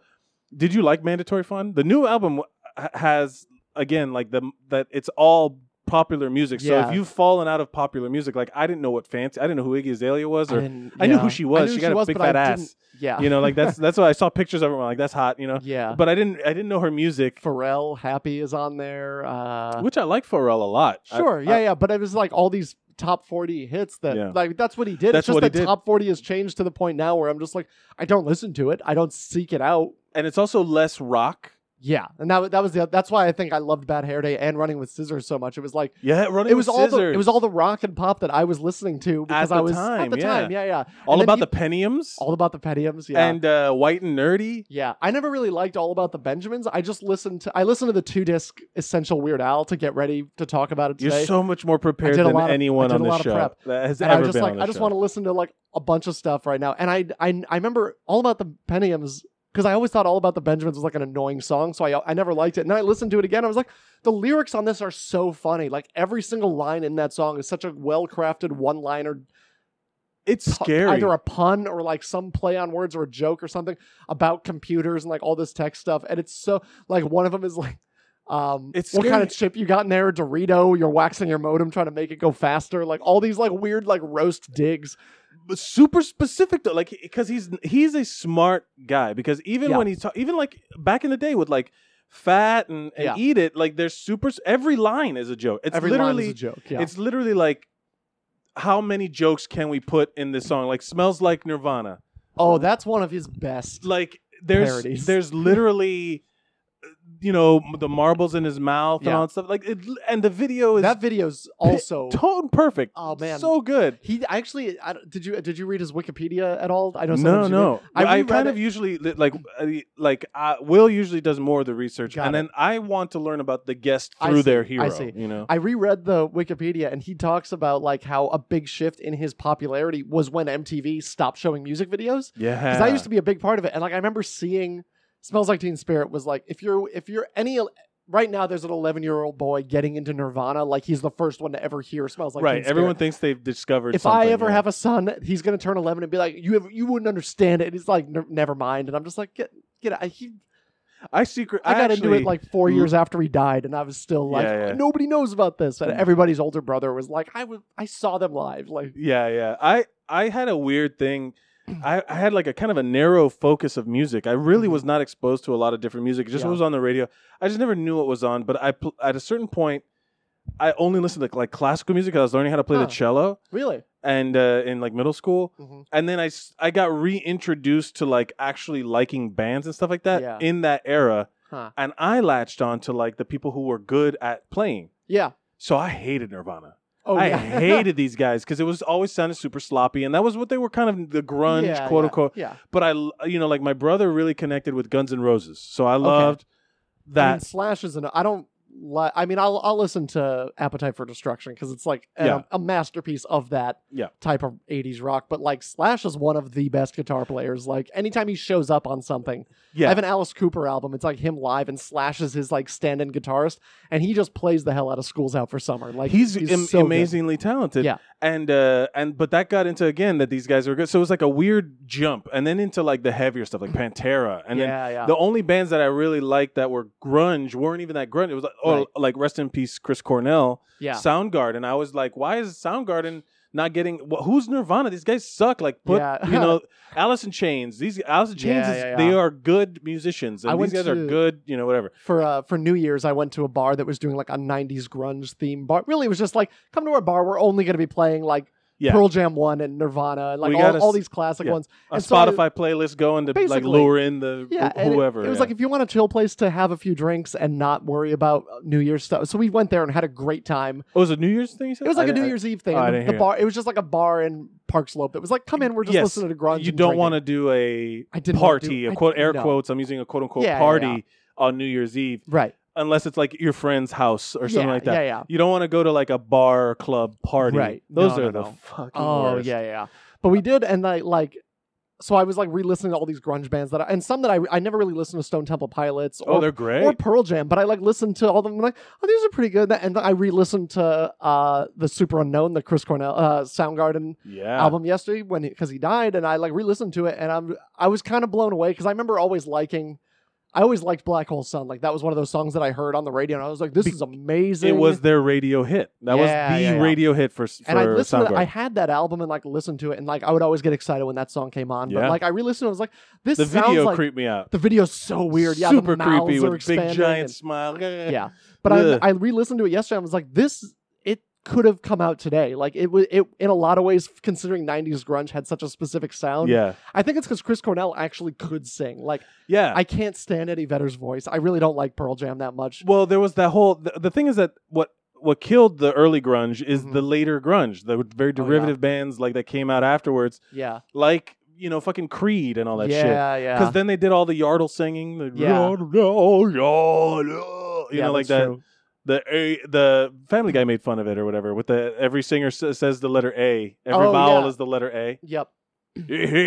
Speaker 2: Did you like Mandatory Fun? The new album ha- has again like the that it's all popular music. So
Speaker 3: Yeah.
Speaker 2: if you've fallen out of popular music, like I didn't know what fancy, I didn't know who Iggy Azalea was, or
Speaker 3: didn't-
Speaker 2: I knew
Speaker 3: yeah.
Speaker 2: who she was.
Speaker 3: knew
Speaker 2: She got a big
Speaker 3: but I
Speaker 2: fat ass.
Speaker 3: didn't- Yeah,
Speaker 2: you know, like that's that's why I saw pictures of her. and I'm like that's hot, you know.
Speaker 3: uh, *laughs* yeah.
Speaker 2: But I didn't I didn't know her music,
Speaker 3: Pharrell Happy is on there. Uh,
Speaker 2: which I like Pharrell a lot. I-
Speaker 3: sure,
Speaker 2: I-
Speaker 3: yeah, yeah. But it was like all these top forty hits that
Speaker 2: Yeah.
Speaker 3: like that's what he did.
Speaker 2: That's
Speaker 3: it's just
Speaker 2: what he
Speaker 3: that
Speaker 2: did.
Speaker 3: top forty has changed to the point now where I'm just like I don't listen to it. I don't seek it out.
Speaker 2: and it's also less rock.
Speaker 3: Yeah, and that that was the that's why I think I loved Bad Hair Day and Running with Scissors so much. It was like
Speaker 2: Yeah, running.
Speaker 3: it was
Speaker 2: with
Speaker 3: all the
Speaker 2: Scissors.
Speaker 3: it was all the rock and pop that I was listening to because
Speaker 2: the
Speaker 3: I was
Speaker 2: time,
Speaker 3: at the
Speaker 2: yeah.
Speaker 3: time. Yeah, yeah.
Speaker 2: All
Speaker 3: and then
Speaker 2: about
Speaker 3: he-
Speaker 2: the Pentiums
Speaker 3: All about the Pentiums. Yeah.
Speaker 2: and uh, White and Nerdy.
Speaker 3: yeah, I never really liked all about the Benjamins. I just listened to I listened to the two disc Essential Weird Al to get ready to talk about it
Speaker 2: You're
Speaker 3: today.
Speaker 2: so much more prepared
Speaker 3: did a
Speaker 2: than
Speaker 3: lot of- I
Speaker 2: anyone
Speaker 3: did
Speaker 2: on
Speaker 3: a
Speaker 2: this
Speaker 3: lot of
Speaker 2: show
Speaker 3: prep.
Speaker 2: that has
Speaker 3: and
Speaker 2: ever
Speaker 3: I just
Speaker 2: been
Speaker 3: like
Speaker 2: on
Speaker 3: I
Speaker 2: this
Speaker 3: just
Speaker 2: show.
Speaker 3: want to listen to like a bunch of stuff right now. And I I, I remember all about the Pentiums because I always thought all about the Benjamins was like an annoying song, so I I never liked it. And then I listened to it again. I was like, the lyrics on this are so funny. Like every single line in that song is such a well crafted one liner,
Speaker 2: It's scary.
Speaker 3: either a pun or like some play on words or a joke or something about computers and like all this tech stuff. And it's so like one of them is like. Um,
Speaker 2: It's
Speaker 3: what kind
Speaker 2: scary.
Speaker 3: of chip you got in there? Dorito. You're waxing your modem, trying to make it go faster. Like all these like weird like roast digs.
Speaker 2: But super specific though, like because he's he's a smart guy. Because even
Speaker 3: Yeah.
Speaker 2: when he's ta- even like back in the day with like fat and, and
Speaker 3: Yeah.
Speaker 2: eat it, like there's super. s- Every line is a joke. It's
Speaker 3: Every
Speaker 2: literally
Speaker 3: line is a joke. Yeah.
Speaker 2: It's literally like how many jokes can we put in this song? Like smells like Nirvana.
Speaker 3: oh, that's one of his best.
Speaker 2: Like there's
Speaker 3: Parodies. *laughs*
Speaker 2: there's literally you know the marbles in his mouth and
Speaker 3: Yeah.
Speaker 2: all that stuff. Like it, and the video is
Speaker 3: That video's *laughs* also.
Speaker 2: tone perfect.
Speaker 3: Oh, man.
Speaker 2: so good.
Speaker 3: He actually I, don't- did you did you read his Wikipedia at all? I know
Speaker 2: No,
Speaker 3: sometimes you do.
Speaker 2: no.
Speaker 3: I
Speaker 2: I,
Speaker 3: reread
Speaker 2: kind
Speaker 3: it.
Speaker 2: of usually li- like I- like uh, Will usually does more of the research,
Speaker 3: Got
Speaker 2: and
Speaker 3: it.
Speaker 2: then I want to learn about the guest
Speaker 3: I
Speaker 2: through
Speaker 3: see,
Speaker 2: their
Speaker 3: I
Speaker 2: hero.
Speaker 3: see.
Speaker 2: You know,
Speaker 3: I reread the Wikipedia and he talks about like how a big shift in his popularity was when MTV stopped showing music videos.
Speaker 2: yeah.
Speaker 3: because I used to be a big part of it. And like I remember seeing "Smells Like Teen Spirit" was like if you're if you're any right now there's an 11 year old boy getting into Nirvana like he's the first one to ever hear "Smells Like
Speaker 2: right.
Speaker 3: Teen Spirit."
Speaker 2: Everyone thinks they've discovered.
Speaker 3: If I
Speaker 2: something,
Speaker 3: ever
Speaker 2: yeah.
Speaker 3: have a son, he's gonna turn 11 and be like, "You have, you wouldn't understand it." And he's like, "Ne- "Never mind." And I'm just like, "Get get out." He,
Speaker 2: I secret.
Speaker 3: I got into
Speaker 2: actually-
Speaker 3: it like four
Speaker 2: l-
Speaker 3: years after he died, and I was still like,
Speaker 2: Yeah, yeah.
Speaker 3: "Nobody knows about this." And
Speaker 2: Mm.
Speaker 3: everybody's older brother was like, "I was I saw them live." Like,
Speaker 2: Yeah, yeah. I I had a weird thing. I, I had like a kind of a narrow focus of music. I really
Speaker 3: Mhm.
Speaker 2: was not exposed to a lot of different music. It just
Speaker 3: Yeah.
Speaker 2: was on the radio. I just never knew what was on. But I pl- at a certain point, I only listened to like classical music. 'cause I was learning how to play
Speaker 3: Huh.
Speaker 2: the cello
Speaker 3: really?
Speaker 2: and uh, in like middle school.
Speaker 3: Mhm.
Speaker 2: And then I s- I got reintroduced to like actually liking bands and stuff like that
Speaker 3: Yeah.
Speaker 2: in that era.
Speaker 3: Huh.
Speaker 2: And I latched on to like the people who were good at playing.
Speaker 3: Yeah.
Speaker 2: So I hated Nirvana.
Speaker 3: Oh,
Speaker 2: I
Speaker 3: yeah. *laughs*
Speaker 2: hated these guys because it was always sounded super sloppy, and that was what they were kind of the grunge,
Speaker 3: Yeah,
Speaker 2: quote
Speaker 3: yeah,
Speaker 2: unquote.
Speaker 3: Yeah.
Speaker 2: But I, l- you know, like my brother really connected with Guns N' Roses, so I
Speaker 3: Okay. I
Speaker 2: loved
Speaker 3: mean,
Speaker 2: that.
Speaker 3: Slash is an. I don't. Li- I mean, I'll I'll listen to Appetite for Destruction because it's like a,
Speaker 2: Yeah.
Speaker 3: a masterpiece of that
Speaker 2: Yeah.
Speaker 3: type of '80s rock. But like Slash is one of the best guitar players. Like anytime he shows up on something, I
Speaker 2: yeah,
Speaker 3: have an Alice Cooper album. It's like him live and Slash is his like stand-in guitarist, and he just plays the hell out of Schools Out for Summer. Like
Speaker 2: he's, am-
Speaker 3: so good.
Speaker 2: amazingly talented.
Speaker 3: Yeah.
Speaker 2: and uh, and but that got into again that these guys were good, so it was like a weird jump, and then into like the heavier stuff like Pantera, and then.
Speaker 3: yeah, yeah.
Speaker 2: The only bands that I really liked that were grunge weren't even that grunge. It was like, oh,
Speaker 3: Right.
Speaker 2: like rest in peace, Chris Cornell.
Speaker 3: yeah.
Speaker 2: Soundgarden. I was like, why is Soundgarden not getting? wh- Who's Nirvana? These guys suck. Like, put
Speaker 3: Yeah. *laughs*
Speaker 2: you know, Alice in Chains. These Alice in Chains.
Speaker 3: Yeah,
Speaker 2: is,
Speaker 3: yeah, yeah.
Speaker 2: They are good musicians, and
Speaker 3: I
Speaker 2: these
Speaker 3: went
Speaker 2: guys are
Speaker 3: to-
Speaker 2: good. You know, whatever.
Speaker 3: for uh, for New Year's, I went to a bar that was doing like a '90s grunge theme bar. Really, it was just like, come to our bar. We're only going to be playing like
Speaker 2: Yeah.
Speaker 3: Pearl Jam one and Nirvana and like
Speaker 2: We
Speaker 3: all,
Speaker 2: gotta
Speaker 3: all
Speaker 2: s-
Speaker 3: these classic
Speaker 2: yeah.
Speaker 3: ones.
Speaker 2: a
Speaker 3: And so I-
Speaker 2: Spotify playlist going to like
Speaker 3: Basically.
Speaker 2: lure in the
Speaker 3: yeah,
Speaker 2: wh-
Speaker 3: and it-
Speaker 2: whoever.
Speaker 3: It, was
Speaker 2: yeah.
Speaker 3: like if you want a chill place to have a few drinks and not worry about uh, New Year's stuff. So we went there and had a great time.
Speaker 2: oh, it was a New Year's thing. You said?
Speaker 3: It was like
Speaker 2: a
Speaker 3: a New Year's Eve thing.
Speaker 2: oh, I
Speaker 3: and the- the
Speaker 2: didn't hear it.
Speaker 3: bar. It was just like a bar in Park Slope. That was like, come in, we're just
Speaker 2: Yes.
Speaker 3: listening to grunge.
Speaker 2: You
Speaker 3: and
Speaker 2: don't
Speaker 3: drinking.
Speaker 2: want to do a
Speaker 3: I didn't wanna
Speaker 2: party,
Speaker 3: do-
Speaker 2: a
Speaker 3: I-
Speaker 2: quote air
Speaker 3: no.
Speaker 2: quotes. I'm using a quote unquote
Speaker 3: Yeah, yeah,
Speaker 2: party
Speaker 3: yeah.
Speaker 2: on New Year's Eve,
Speaker 3: Right.
Speaker 2: unless it's like your friend's house or something
Speaker 3: yeah,
Speaker 2: like that.
Speaker 3: Yeah, yeah.
Speaker 2: You don't want to go to like a bar or club party.
Speaker 3: Right.
Speaker 2: Those
Speaker 3: No,
Speaker 2: are
Speaker 3: no,
Speaker 2: the
Speaker 3: no.
Speaker 2: fucking
Speaker 3: Oh
Speaker 2: worst.
Speaker 3: yeah, yeah. But we did, and I like. So I was like re-listening to all these grunge bands that, I, and some that I I never really listened to Stone Temple Pilots
Speaker 2: Oh,
Speaker 3: or,
Speaker 2: they're great.
Speaker 3: or Pearl Jam, but I like listened to all of them. like, oh, these are pretty good. And then I re-listened to uh the Super Unknown, the Chris Cornell uh, Soundgarden
Speaker 2: yeah.
Speaker 3: album yesterday when because he died, and I like re-listened to it, and I'm I was kind of blown away because I remember always liking. I always liked Black Hole Sun. Like that was one of those songs that I heard on the radio, and I was like, "This
Speaker 2: Be-
Speaker 3: is amazing."
Speaker 2: It was their radio hit. That
Speaker 3: Yeah,
Speaker 2: was the
Speaker 3: yeah, yeah.
Speaker 2: radio hit for, for
Speaker 3: and I listened. To,
Speaker 2: Soundgarden.
Speaker 3: I had that album and like listened to it, and like I would always get excited when that song came on.
Speaker 2: Yeah.
Speaker 3: But like I re-listened, I was like, "This
Speaker 2: the
Speaker 3: sounds
Speaker 2: video
Speaker 3: like
Speaker 2: creeped me out.
Speaker 3: the video's so weird." Yeah, the
Speaker 2: super creepy
Speaker 3: mouths are
Speaker 2: with big
Speaker 3: expanding
Speaker 2: giant
Speaker 3: and-
Speaker 2: smile.
Speaker 3: *laughs* yeah, but I
Speaker 2: Ugh.
Speaker 3: I re-listened to it yesterday. and I was like, "This it could have come out today." Like it was it in a lot of ways, considering '90s grunge had such a specific sound.
Speaker 2: yeah,
Speaker 3: I think it's because Chris Cornell actually could sing. Like
Speaker 2: yeah.
Speaker 3: I can't stand Eddie Vedder's voice. I really don't like Pearl Jam that much.
Speaker 2: well, there was that whole. The, the thing is that what what killed the early grunge is
Speaker 3: Mhm.
Speaker 2: the later grunge, the very derivative bands like that came out afterwards,
Speaker 3: Yeah,
Speaker 2: like you know fucking Creed and all that
Speaker 3: yeah,
Speaker 2: shit.
Speaker 3: yeah.
Speaker 2: Because then they did all the yardle singing, the
Speaker 3: Yeah.
Speaker 2: yardle, yardle, you
Speaker 3: Yeah,
Speaker 2: know, like
Speaker 3: that's
Speaker 2: that.
Speaker 3: true.
Speaker 2: The a, the Family Guy made fun of it or whatever. With the every singer s- says the letter A, every
Speaker 3: Oh,
Speaker 2: vowel
Speaker 3: yeah.
Speaker 2: is the letter
Speaker 3: *laughs*
Speaker 2: A. *laughs*
Speaker 3: Yep.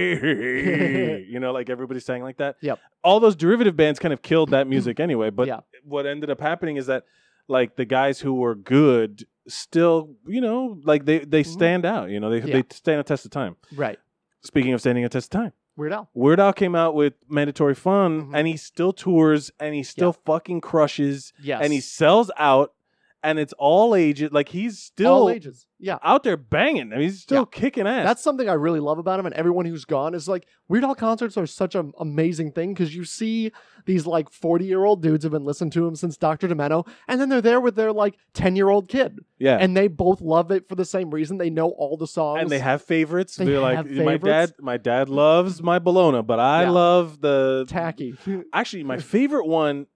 Speaker 2: you know, like everybody sang like that.
Speaker 3: Yep.
Speaker 2: All those derivative bands kind of killed
Speaker 3: *clears throat*
Speaker 2: that music anyway. But
Speaker 3: Yeah.
Speaker 2: what ended up happening is that like the guys who were good still, you know, like they they stand out. You know, they
Speaker 3: Mm-hmm. Yeah.
Speaker 2: they stand a test of time.
Speaker 3: Right.
Speaker 2: Speaking of standing a test of time,
Speaker 3: Weird Al.
Speaker 2: Weird Al came out with Mandatory Fun,
Speaker 3: Mhm.
Speaker 2: and he still tours, and he still fucking crushes,
Speaker 3: Yes.
Speaker 2: and he sells out, and it's all ages. Like
Speaker 3: all
Speaker 2: he's still
Speaker 3: ages. Yeah.
Speaker 2: out there banging. I mean, he's still kicking ass.
Speaker 3: That's something I really love about him and everyone who's gone is like Weird Al concerts are such an amazing thing because you see these like 40 year old dudes have been listening to him since Dr. Demento and then they're there with their like 10 year old kid
Speaker 2: yeah.
Speaker 3: and they both love it for the same reason. They know all the songs.
Speaker 2: and they have favorites.
Speaker 3: They
Speaker 2: They are like
Speaker 3: have
Speaker 2: my dad.
Speaker 3: favorites.
Speaker 2: My dad loves my Bologna, but I
Speaker 3: Yeah.
Speaker 2: love the
Speaker 3: tacky. *laughs*
Speaker 2: Actually, my favorite one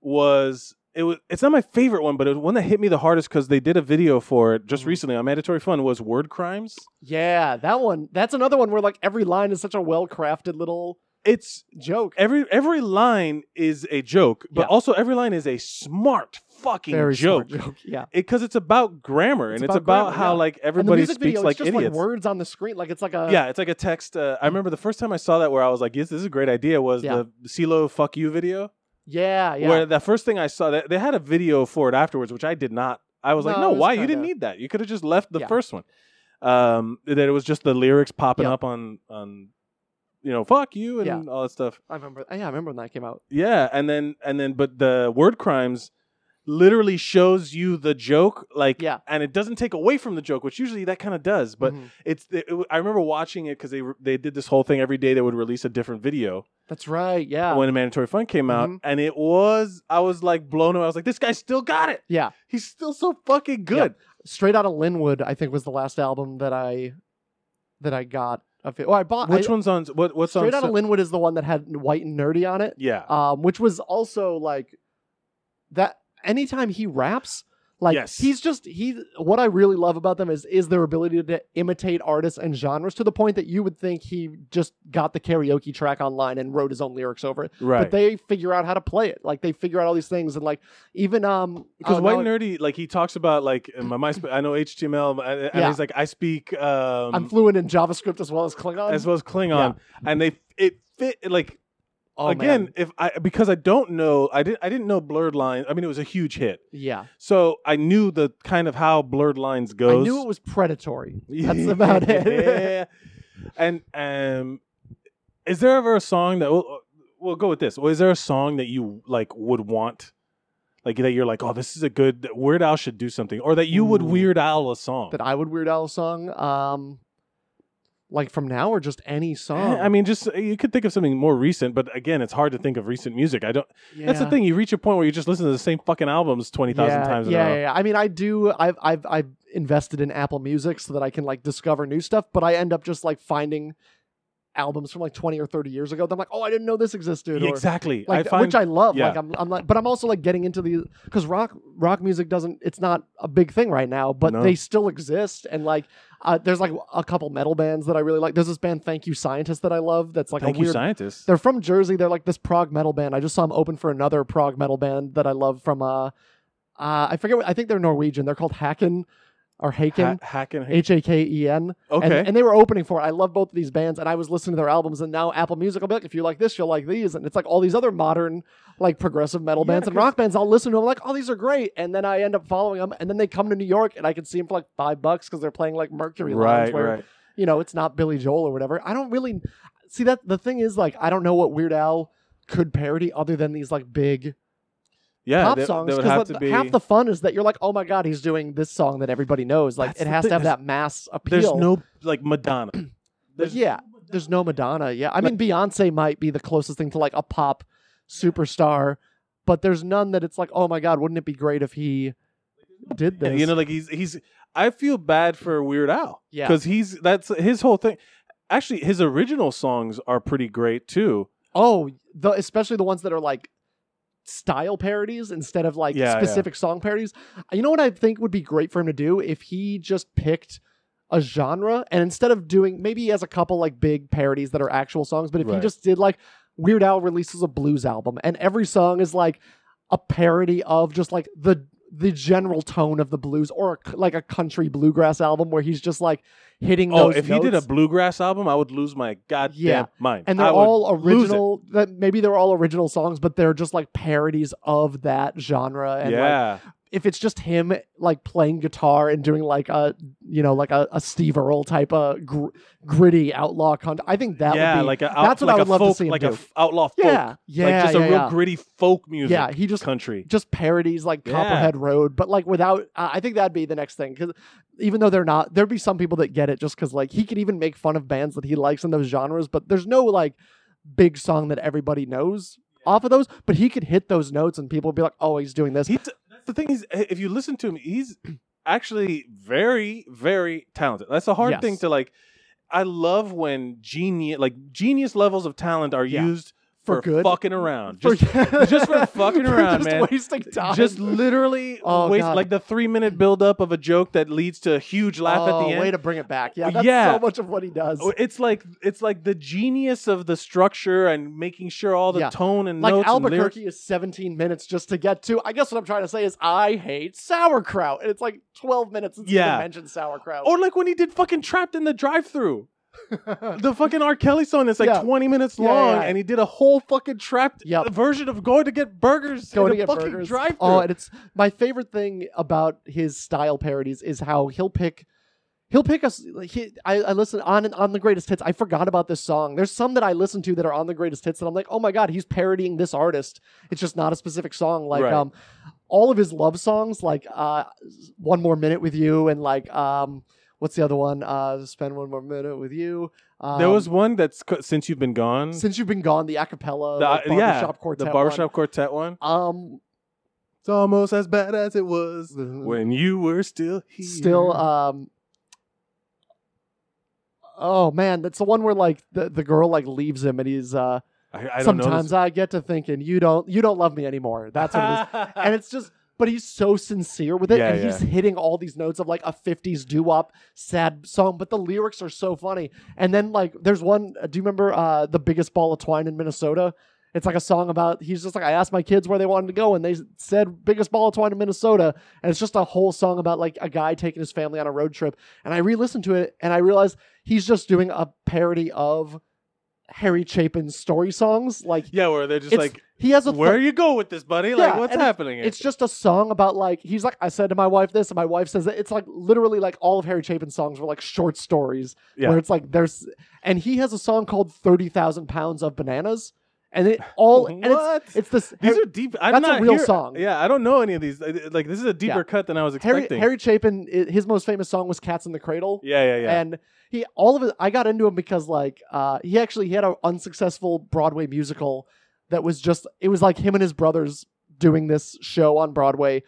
Speaker 2: was it was. It's not my favorite one, but it was one that hit me the hardest because they did a video for it just
Speaker 3: Mhm.
Speaker 2: recently on Mandatory Fun. Was Word Crimes?
Speaker 3: yeah, that one. That's another one where like every line is such a well crafted little
Speaker 2: It's
Speaker 3: joke.
Speaker 2: every every line is a joke, but
Speaker 3: Yeah.
Speaker 2: also every line is a smart fucking
Speaker 3: Very
Speaker 2: joke.
Speaker 3: smart joke.
Speaker 2: *laughs*
Speaker 3: Yeah.
Speaker 2: Because it's about grammar
Speaker 3: It's
Speaker 2: and it's
Speaker 3: about
Speaker 2: about
Speaker 3: grammar,
Speaker 2: how
Speaker 3: yeah.
Speaker 2: like
Speaker 3: And the
Speaker 2: everybody
Speaker 3: music
Speaker 2: speaks
Speaker 3: video,
Speaker 2: like
Speaker 3: it's just
Speaker 2: idiots.
Speaker 3: like words on the screen. Like it's like a
Speaker 2: yeah, it's like a text. Uh, I remember the first time I saw that where I was like, "Yes, this is a great idea." Was
Speaker 3: Yeah.
Speaker 2: the CeeLo "Fuck You" video?
Speaker 3: yeah, yeah.
Speaker 2: Where the first thing I saw, they, they had a video for it afterwards, which I did not. I was like,
Speaker 3: No,
Speaker 2: "No,
Speaker 3: it was
Speaker 2: why? You
Speaker 3: kinda-
Speaker 2: didn't need that. You could have just left the
Speaker 3: Yeah.
Speaker 2: first one." Um, that it was just the lyrics popping
Speaker 3: Yeah.
Speaker 2: up on on, you know, "Fuck You" and
Speaker 3: Yeah.
Speaker 2: all that stuff.
Speaker 3: I remember. Yeah, I remember when that came out.
Speaker 2: Yeah, and then and then, but the word crimes literally shows you the joke, like,
Speaker 3: Yeah.
Speaker 2: and it doesn't take away from the joke, which usually that kind of does, but.
Speaker 3: Mhm.
Speaker 2: it's it, it, I remember watching it because they re- they did this whole thing every day. They would release a different video
Speaker 3: that's right. Yeah.
Speaker 2: when Mandatory Fun came out,
Speaker 3: Mhm.
Speaker 2: and it was I was like blown away. I was like, this guy still got it.
Speaker 3: Yeah.
Speaker 2: He's still so fucking good.
Speaker 3: Straight out of Linwood, I think was the last album that I that I got. Of it. Oh, I bought
Speaker 2: Which
Speaker 3: I,
Speaker 2: one's on? What what's on?
Speaker 3: Straight out
Speaker 2: so-
Speaker 3: of Linwood is the one that had White and Nerdy on it,
Speaker 2: yeah.
Speaker 3: um, which was also like that. Anytime he raps, like
Speaker 2: Yes.
Speaker 3: he's just he. What I really love about them is is their ability to imitate artists and genres to the point that you would think he just got the karaoke track online and wrote his own lyrics over it.
Speaker 2: right.
Speaker 3: But they figure out how to play it. Like they figure out all these things and like even um
Speaker 2: because
Speaker 3: oh,
Speaker 2: White
Speaker 3: now I-
Speaker 2: Nerdy, like he talks about, like in my, my sp- I know HTML, and and
Speaker 3: Yeah.
Speaker 2: he's like, I speak um,
Speaker 3: I'm fluent in JavaScript as well as Klingon.
Speaker 2: as well as Klingon, and they it fit like
Speaker 3: Oh,
Speaker 2: again
Speaker 3: man.
Speaker 2: if I because I don't know I didn't I didn't know Blurred Line. I mean, it was a huge hit.
Speaker 3: yeah.
Speaker 2: So I knew the kind of how blurred lines goes.
Speaker 3: I knew
Speaker 2: *laughs*
Speaker 3: it was predatory. That's about it.
Speaker 2: yeah. And um, is there ever a song that we'll, we'll go with this? Or is there a song that you like would want, like that you're like, oh, this is a good that Weird Al should do something, or that you would
Speaker 3: Ooh.
Speaker 2: Weird Al a song?
Speaker 3: that I would Weird Al song, um, like from now or just any song.
Speaker 2: Eh, *laughs* I mean, just you could think of something more recent, but again, it's hard to think of recent music. I don't. That's the
Speaker 3: Yeah.
Speaker 2: thing. You reach a point where you just listen to the same fucking albums twenty thousand
Speaker 3: yeah,
Speaker 2: times.
Speaker 3: Yeah,
Speaker 2: in a row.
Speaker 3: yeah, yeah. I mean, I do. I've, I've, I've invested in Apple Music so that I can like discover new stuff, but I end up just like finding albums from like 20 or 30 years ago. That I'm like, "Oh, I didn't know this existed." or-
Speaker 2: exactly.
Speaker 3: like
Speaker 2: I find
Speaker 3: which I love.
Speaker 2: yeah.
Speaker 3: Like I'm, I'm like, but I'm also like getting into the because rock rock music doesn't. It's not a big thing right now, but
Speaker 2: No.
Speaker 3: they still exist. And like, uh, there's like a couple metal bands that I really like. There's this band, Thank You Scientist, that I love. That's like
Speaker 2: thank
Speaker 3: a
Speaker 2: you,
Speaker 3: weird.
Speaker 2: scientists.
Speaker 3: they're from Jersey. They're like this prog metal band. I just saw them open for another prog metal band that I love from. Uh, uh I forget. What, I think they're Norwegian. They're called Haken or Haken.
Speaker 2: hacking.
Speaker 3: H A K E N. And,
Speaker 2: okay.
Speaker 3: and they were opening for it. I love both of these bands, and I was listening to their albums. And now Apple Music, I'll be like, if you like this, you'll like these. And it's like all these other modern, like progressive metal
Speaker 2: Yeah,
Speaker 3: bands and
Speaker 2: 'cause-
Speaker 3: rock bands. I'll listen to them, like, oh, these are great. And then I end up following them, and then they come to New York, and I can see them for like five bucks because they're playing like Mercury
Speaker 2: right,
Speaker 3: Lounge, where
Speaker 2: right.
Speaker 3: you know it's not Billy Joel or whatever. I don't really see that. The thing is, like, I don't know what Weird Al could parody other than these like big
Speaker 2: Yeah,
Speaker 3: pop
Speaker 2: they- they
Speaker 3: songs
Speaker 2: would
Speaker 3: because
Speaker 2: have to be-
Speaker 3: half the fun is that you're like, oh my god, he's doing this song that everybody knows. Like,
Speaker 2: That's
Speaker 3: it
Speaker 2: the
Speaker 3: has
Speaker 2: thing,
Speaker 3: to have
Speaker 2: there's-
Speaker 3: that mass appeal.
Speaker 2: There's no
Speaker 3: *clears throat*
Speaker 2: like Madonna.
Speaker 3: But yeah, there's no Madonna. Yeah, I mean Beyonce might be the closest thing to like a pop superstar, but there's none that it's like, oh my god, wouldn't it be great if he did
Speaker 2: Yeah,
Speaker 3: this?
Speaker 2: You know, like he's he's. I feel bad for Weird Al.
Speaker 3: Yeah.
Speaker 2: because he's that's his whole thing. Actually, his original songs are pretty great too.
Speaker 3: oh, the especially the ones that are like style parodies instead of like
Speaker 2: Yeah, yeah.
Speaker 3: specific song parodies. You know what I think would be great for him to do if he just picked a genre and instead of doing maybe he has a couple like big parodies that are actual songs, but if he
Speaker 2: Right.
Speaker 3: just did like Weird Al releases a blues album and every song is like a parody of just like the the general tone of the blues or a c like a country bluegrass album where he's just like hitting
Speaker 2: Oh,
Speaker 3: those
Speaker 2: if he did a
Speaker 3: notes.
Speaker 2: bluegrass album, I would lose my goddamn
Speaker 3: Yeah.
Speaker 2: mind.
Speaker 3: and they're
Speaker 2: I would
Speaker 3: all
Speaker 2: lose it.
Speaker 3: original that maybe they're all original songs but they're just like parodies of that genre and like
Speaker 2: yeah,
Speaker 3: if it's just him like playing guitar and doing like a you know like a, a steve earle type of gr- gritty outlaw con i think that
Speaker 2: yeah,
Speaker 3: would be
Speaker 2: like a out,
Speaker 3: that's what
Speaker 2: like
Speaker 3: I
Speaker 2: a
Speaker 3: would love to
Speaker 2: folk,
Speaker 3: see him
Speaker 2: like a
Speaker 3: do.
Speaker 2: f- outlaw folk,
Speaker 3: yeah yeah
Speaker 2: like just
Speaker 3: yeah,
Speaker 2: a real
Speaker 3: yeah.
Speaker 2: gritty folk music
Speaker 3: yeah he just
Speaker 2: country.
Speaker 3: just parodies like
Speaker 2: Yeah.
Speaker 3: Copperhead Road, but like without. Uh, I think that'd be the next thing because even though they're not, there'd be some people that get it just because like he could even make fun of bands that he likes in those genres, but there's no like big song that everybody knows off of those. But he could hit those notes and people would be like, "Oh, he's doing this."
Speaker 2: He t- the thing is, eh, if you listen to him, he's actually very, very talented. That's a hard
Speaker 3: Yes.
Speaker 2: thing to like. I love when genius, like genius levels of talent, are
Speaker 3: Yeah.
Speaker 2: used
Speaker 3: For
Speaker 2: for,
Speaker 3: good.
Speaker 2: fucking around. Just,
Speaker 3: *laughs* *laughs* just
Speaker 2: for *laughs* fucking around,
Speaker 3: just
Speaker 2: man.
Speaker 3: wasting time.
Speaker 2: just literally
Speaker 3: Oh,
Speaker 2: waste,
Speaker 3: God.
Speaker 2: like the three minute build up of a joke that leads to a huge laugh
Speaker 3: oh,
Speaker 2: at the
Speaker 3: way
Speaker 2: end.
Speaker 3: to bring it back. Yeah, that's
Speaker 2: Yeah. Oh,
Speaker 3: so much of what he does.
Speaker 2: It's like it's like the genius of the structure and making sure all the
Speaker 3: Yeah.
Speaker 2: tone and
Speaker 3: like
Speaker 2: notes and lyrics-
Speaker 3: Albuquerque is 17 minutes just to get to. I guess what I'm trying to say is I hate sauerkraut, and it's like 12 minutes since
Speaker 2: Yeah.
Speaker 3: you mentioned sauerkraut.
Speaker 2: Or like when he did fucking trapped in the drive
Speaker 3: *laughs*
Speaker 2: through. the fucking R. Kelly song that's like
Speaker 3: Yeah.
Speaker 2: 20 minutes
Speaker 3: Yeah,
Speaker 2: long,
Speaker 3: yeah, yeah.
Speaker 2: and he did a whole fucking trapped
Speaker 3: Yep.
Speaker 2: version of going to get burgers
Speaker 3: Go
Speaker 2: in
Speaker 3: to
Speaker 2: a
Speaker 3: get
Speaker 2: fucking
Speaker 3: burgers.
Speaker 2: drive through.
Speaker 3: Oh, and it's my favorite thing about his style parodies is how he'll pick. He'll pick us. He, I, I listen on on the greatest hits. I forgot about this song. There's some that I listen to that are on the greatest hits, and I'm like, oh my god, he's parodying this artist. It's just not a specific song. Like
Speaker 2: Right.
Speaker 3: um, all of his love songs, like uh, one more minute with you, and like um, what's the other one? Uh, spend one more minute with you. Um,
Speaker 2: there was one that's co- since you've been gone.
Speaker 3: since you've been gone, the acapella,
Speaker 2: the,
Speaker 3: like,
Speaker 2: yeah,
Speaker 3: barbershop quartet,
Speaker 2: the
Speaker 3: one.
Speaker 2: barbershop quartet one.
Speaker 3: Um,
Speaker 2: It's almost as bad as it was when you were still here.
Speaker 3: still um oh man that's the one where like the, the girl like leaves him and he's uh
Speaker 2: I, I don't know
Speaker 3: sometimes
Speaker 2: this-
Speaker 3: i get to thinking you don't you don't love me anymore that's what it is and it's just but he's so sincere with it
Speaker 2: Yeah,
Speaker 3: and he's hitting all these notes of like a 50s doo-wop sad song but the lyrics are so funny and then like there's one do you remember uh the biggest ball of twine in minnesota it's like a song about he's just like I asked my kids where they wanted to go and they said biggest ball of twine in Minnesota and it's just a whole song about like a guy taking his family on a road trip and I re-listened to it and I realized he's just doing a parody of Harry Chapin's story songs like
Speaker 2: *laughs* yeah, where they're just
Speaker 3: it's
Speaker 2: like,
Speaker 3: he has a
Speaker 2: where are you going with this, buddy? Like,
Speaker 3: Yeah,
Speaker 2: what's
Speaker 3: and it's-
Speaker 2: happening? here?
Speaker 3: it's just a song about like he's like I said to my wife this, and my wife says that. It's like literally like all of Harry Chapin's songs were like short stories
Speaker 2: Yeah.
Speaker 3: where it's like there's and he has a song called Thirty Thousand Pounds of Bananas, and it all and
Speaker 2: What?
Speaker 3: it's it's this
Speaker 2: These
Speaker 3: Har-
Speaker 2: are deep. I'm
Speaker 3: That's a
Speaker 2: not
Speaker 3: real
Speaker 2: here-
Speaker 3: song.
Speaker 2: Yeah, I don't know any of these. I- Like, this is a deeper
Speaker 3: Yeah.
Speaker 2: cut than I was
Speaker 3: Harry
Speaker 2: expecting.
Speaker 3: Harry Chapin. i- His most famous song was Cats in the Cradle.
Speaker 2: yeah, yeah, yeah.
Speaker 3: And he all of it I got into him because like uh he actually he had an unsuccessful Broadway musical that was just it was like him and his brothers doing this show on Broadway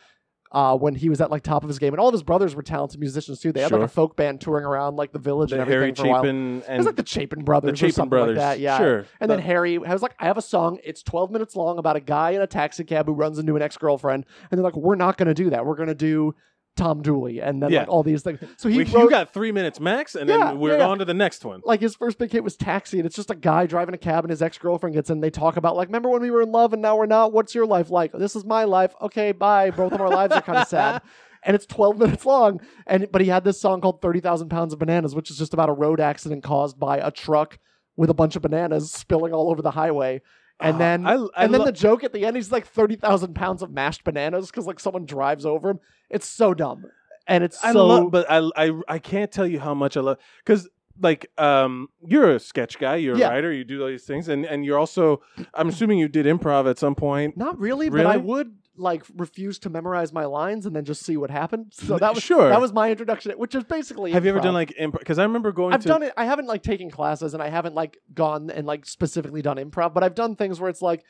Speaker 3: uh, when he was at like top of his game, and all of his brothers were talented musicians too. They had
Speaker 2: Sure.
Speaker 3: like a folk band touring around like the village
Speaker 2: The
Speaker 3: and everything
Speaker 2: Harry
Speaker 3: for a while.
Speaker 2: Chapin
Speaker 3: it
Speaker 2: and
Speaker 3: was like the Chapin brothers,
Speaker 2: the
Speaker 3: or
Speaker 2: Chapin
Speaker 3: something
Speaker 2: brothers.
Speaker 3: like that. Yeah,
Speaker 2: Sure.
Speaker 3: And then Harry, I was like, I have a song. It's 12 minutes long about a guy in a taxi cab who runs into an ex girlfriend, and they're like, we're not going to do that. We're going to do Tom Dooley, and then
Speaker 2: Yeah.
Speaker 3: like all these things. So he
Speaker 2: we,
Speaker 3: wrote
Speaker 2: you got three minutes max, and
Speaker 3: Yeah,
Speaker 2: then we're
Speaker 3: yeah, yeah.
Speaker 2: on to the next one.
Speaker 3: like his first big hit was Taxi, and it's just a guy driving a cab, and his ex girlfriend gets in. And they talk about like, remember when we were in love, and now we're not. What's your life like? This is my life. Okay, bye. Both of our lives are kind of
Speaker 2: *laughs*
Speaker 3: sad. And it's 12 minutes long, and but he had this song called 30,000 Pounds of Bananas, which is just about a road accident caused by a truck with a bunch of bananas spilling all over the highway. And
Speaker 2: Ah,
Speaker 3: then,
Speaker 2: I- I
Speaker 3: and then
Speaker 2: lo-
Speaker 3: the joke at the end, he's like 30,000 pounds of mashed bananas because like someone drives over him. It's so dumb. And it's
Speaker 2: I
Speaker 3: so.
Speaker 2: love, but I, I I can't tell you how much I love because like um you're a sketch guy, you're
Speaker 3: Yeah.
Speaker 2: a writer, you do all these things, and and you're also I'm assuming you did improv at some point.
Speaker 3: Not really, but I
Speaker 2: Really?
Speaker 3: would like refuse to memorize my lines and then just see what happened. So that was
Speaker 2: Sure.
Speaker 3: That was my introduction, which is basically.
Speaker 2: Have you ever
Speaker 3: improv.
Speaker 2: done like improv? Because I remember going
Speaker 3: I've
Speaker 2: to
Speaker 3: done it. I haven't like taken classes, and I haven't like gone and like specifically done improv, but I've done things where it's like.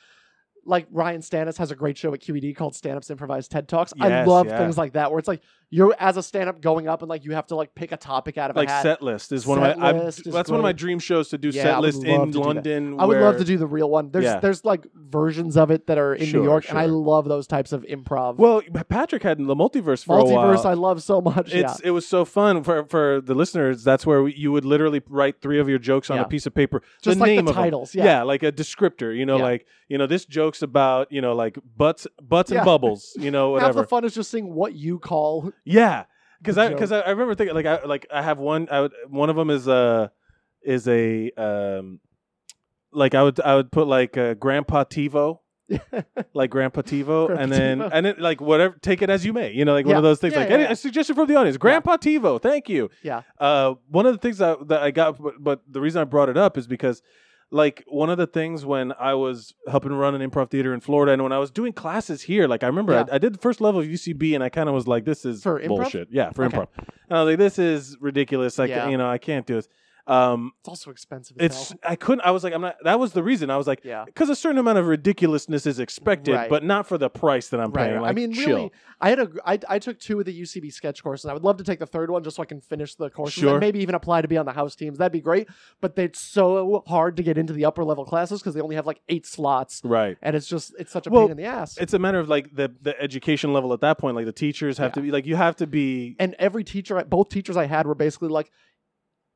Speaker 3: Like Ryan Stannis has a great show at QED called Stand Ups Improvised TED Talks. I
Speaker 2: Yes,
Speaker 3: love
Speaker 2: yeah.
Speaker 3: things like that where it's like you're as a stand up going up and like you have to like pick a topic out of
Speaker 2: like
Speaker 3: a hat.
Speaker 2: set list is one of
Speaker 3: Set
Speaker 2: my I'm-
Speaker 3: List
Speaker 2: that's
Speaker 3: is
Speaker 2: one of my
Speaker 3: great.
Speaker 2: dream shows to do
Speaker 3: Yeah, I
Speaker 2: set
Speaker 3: would
Speaker 2: list
Speaker 3: love
Speaker 2: in
Speaker 3: to do that.
Speaker 2: London.
Speaker 3: I would
Speaker 2: where-
Speaker 3: love to do the real one. There's
Speaker 2: Yeah.
Speaker 3: there's like versions of it that are in
Speaker 2: Sure,
Speaker 3: New York, and I
Speaker 2: sure.
Speaker 3: love those types of improv.
Speaker 2: Well, Patrick had the multiverse for a while.
Speaker 3: Multiverse, I love so much. yeah.
Speaker 2: It's it was so fun for for the listeners. That's where we, you would literally write three of your jokes on
Speaker 3: Yeah.
Speaker 2: a piece of paper,
Speaker 3: Just
Speaker 2: the
Speaker 3: like the
Speaker 2: name of 'em.
Speaker 3: titles, yeah.
Speaker 2: like a descriptor. You know,
Speaker 3: Yeah.
Speaker 2: like you know, this joke's about you know like butts, butts
Speaker 3: Yeah.
Speaker 2: and bubbles. You
Speaker 3: *laughs*
Speaker 2: know,
Speaker 3: Half
Speaker 2: whatever.
Speaker 3: the fun is just seeing what you call.
Speaker 2: yeah, because
Speaker 3: The
Speaker 2: I because I, I remember thinking like I like I have one. I would, one of them is a is a um like I would I would put like uh,
Speaker 3: *laughs*
Speaker 2: Grandpa Tivo. like Grandpa Tivo,
Speaker 3: Grandpa
Speaker 2: and then
Speaker 3: Tivo.
Speaker 2: and then like whatever, take it as you may, you know, like
Speaker 3: Yeah.
Speaker 2: one of those things.
Speaker 3: Yeah,
Speaker 2: like
Speaker 3: yeah,
Speaker 2: any-
Speaker 3: yeah.
Speaker 2: a suggestion from the audience, Grandpa Tivo, thank you.
Speaker 3: Yeah.
Speaker 2: Uh, one of the things that, that I got, but, but the reason I brought it up is because, like, one of the things when I was helping run an improv theater in Florida, and when I was doing classes here, like I remember
Speaker 3: Yeah.
Speaker 2: I, I did the first level of UCB, and I kind of was like, this is
Speaker 3: For improv?
Speaker 2: bullshit. Yeah, for
Speaker 3: Okay.
Speaker 2: improv. And I was like, this is ridiculous. Like,
Speaker 3: Yeah.
Speaker 2: you know, I can't do this. Um,
Speaker 3: It's also expensive. As
Speaker 2: it's
Speaker 3: hell.
Speaker 2: I couldn't. I was like, I'm not. That was the reason. I was like,
Speaker 3: Yeah.
Speaker 2: because a certain amount of ridiculousness is expected,
Speaker 3: Right.
Speaker 2: but not for the price that I'm
Speaker 3: Right.
Speaker 2: paying.
Speaker 3: I
Speaker 2: Like,
Speaker 3: mean,
Speaker 2: chill.
Speaker 3: really, I had a I, I took two of the UCB sketch courses, and I would love to take the third one just so I can finish the courses
Speaker 2: Sure.
Speaker 3: and maybe even apply to be on the house teams. That'd be great. But they- it's so hard to get into the upper level classes because they only have like eight slots,
Speaker 2: right.
Speaker 3: and it's just it's such a
Speaker 2: Well,
Speaker 3: pain in the ass.
Speaker 2: It's a matter of like the the education level at that point. Like the teachers have to be like you have to be.
Speaker 3: and every teacher, I- both teachers I had were basically like,